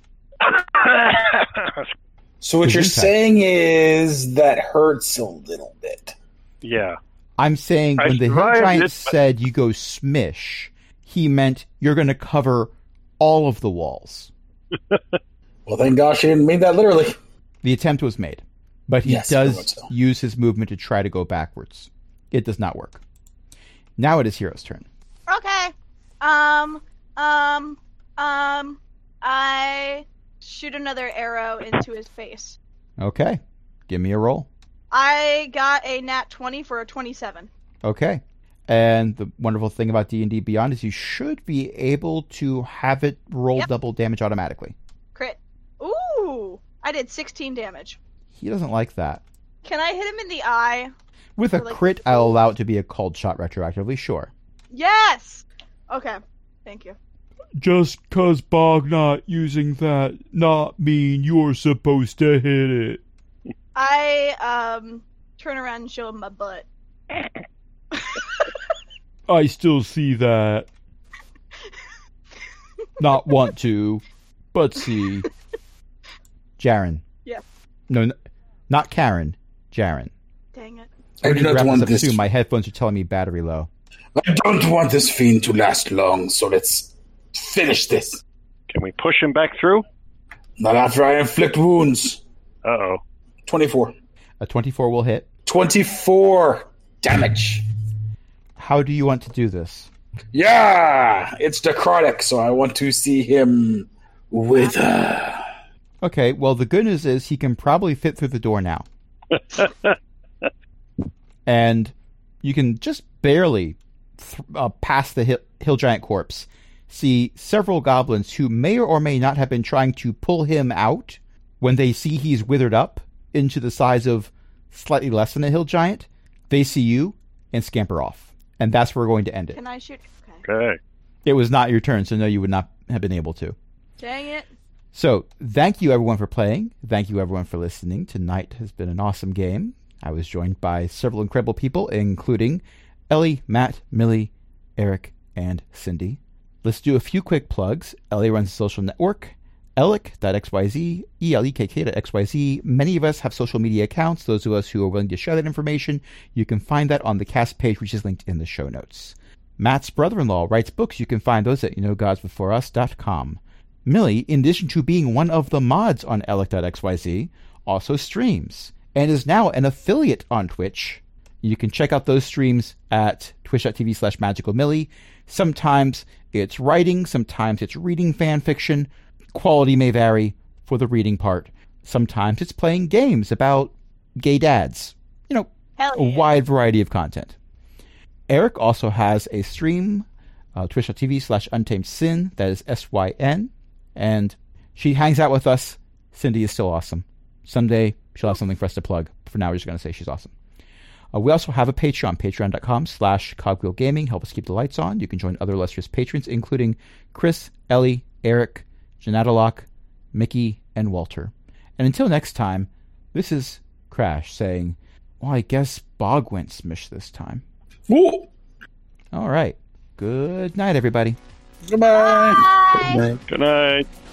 S6: So what
S2: Does
S6: you're
S2: impact.
S6: saying is that hurts a little bit.
S3: yeah.
S2: I'm saying
S3: I
S2: when the hill
S3: survived
S2: giant
S3: it, but-
S2: said you go smish, he meant you're going to cover all of the walls.
S6: Well, thank gosh you didn't mean that literally.
S2: The attempt was made, but he
S6: Yes, I would
S2: does
S6: so.
S2: use his movement to try to go backwards. It does not work. Now it is Hero's turn.
S4: okay. Um, um, um. I shoot another arrow into his face.
S2: Okay. Give me a roll.
S4: I got a nat 20 for a 27.
S2: Okay. And the wonderful thing about D&D Beyond is you should be able to have it roll
S4: Yep.
S2: double damage automatically.
S4: Crit. Ooh! I did 16 damage.
S2: He doesn't like that.
S4: Can I hit him in the eye?
S2: With a
S4: Or, like,
S2: crit, I'll allow it to be a cold shot retroactively, sure.
S4: Yes. Okay. Thank you.
S2: Just cause Bog not using that, not mean you're supposed to hit it.
S4: I um turn around and show him my butt.
S2: I still see that. Not want to, but see. Jaren.
S4: Yeah.
S2: No, n- not Karen. Jaren.
S4: Dang it.
S6: I do
S2: Wrap
S6: not
S2: this
S6: want
S2: up
S6: this.
S2: soon. My headphones are telling me battery low.
S6: I don't want this fiend to last long. So let's finish this.
S3: Can we push him back through?
S6: Not after I inflict wounds.
S3: Uh oh.
S6: Twenty-four.
S2: A 24 will hit.
S6: 24 damage.
S2: How do you want to do this?
S6: Yeah, it's necrotic, so I want to see him wither.
S2: Okay, well, the good news is he can probably fit through the door now. and you can just barely th- uh, pass the hill, hill giant corpse. See several goblins who may or may not have been trying to pull him out when they see he's withered up into the size of slightly less than a hill giant. They see you and scamper off. And that's where we're going to end it.
S4: Can I shoot? Okay.
S3: Okay.
S2: It was not your turn, so no, you would not have been able to.
S4: Dang it.
S2: So, thank you everyone for playing. Thank you everyone for listening. Tonight has been an awesome game. I was joined by several incredible people, including Ellie, Matt, Millie, Eric, and Cindy. Let's do a few quick plugs. Ellie runs a social network, elek.xyz, elekk.xyz. Many of us have social media accounts. Those of us who are willing to share that information, you can find that on the cast page, which is linked in the show notes. Matt's brother-in-law writes books. You can find those at youknowgodsbeforeus.com. Millie, in addition to being one of the mods on Elec.xyz, also streams and is now an affiliate on Twitch. You can check out those streams at twitch.tv slash magicalmillie. Sometimes it's writing, sometimes it's reading fan fiction. Quality may vary for the reading part. Sometimes it's playing games about gay dads. You know,
S4: Hell
S2: a
S4: yeah.
S2: wide variety of content. Eric also has a stream, uh, twitch.tv slash untamed sin, that is S Y N, and she hangs out with us. Cindy is still awesome. Someday she'll have something for us to plug. For now, we're just going to say she's awesome. Uh, we also have a Patreon, patreon.com slash cogwheel gaming. Help us keep the lights on. You can join other illustrious patrons, including Chris, Ellie, Eric, Janatalock, Mickey, and Walter. And until next time, this is Crash saying, well, I guess Bog went smish this time.
S6: Ooh,
S2: All right. Good night, everybody.
S6: goodbye.
S4: Bye.
S7: Right.
S3: Good night.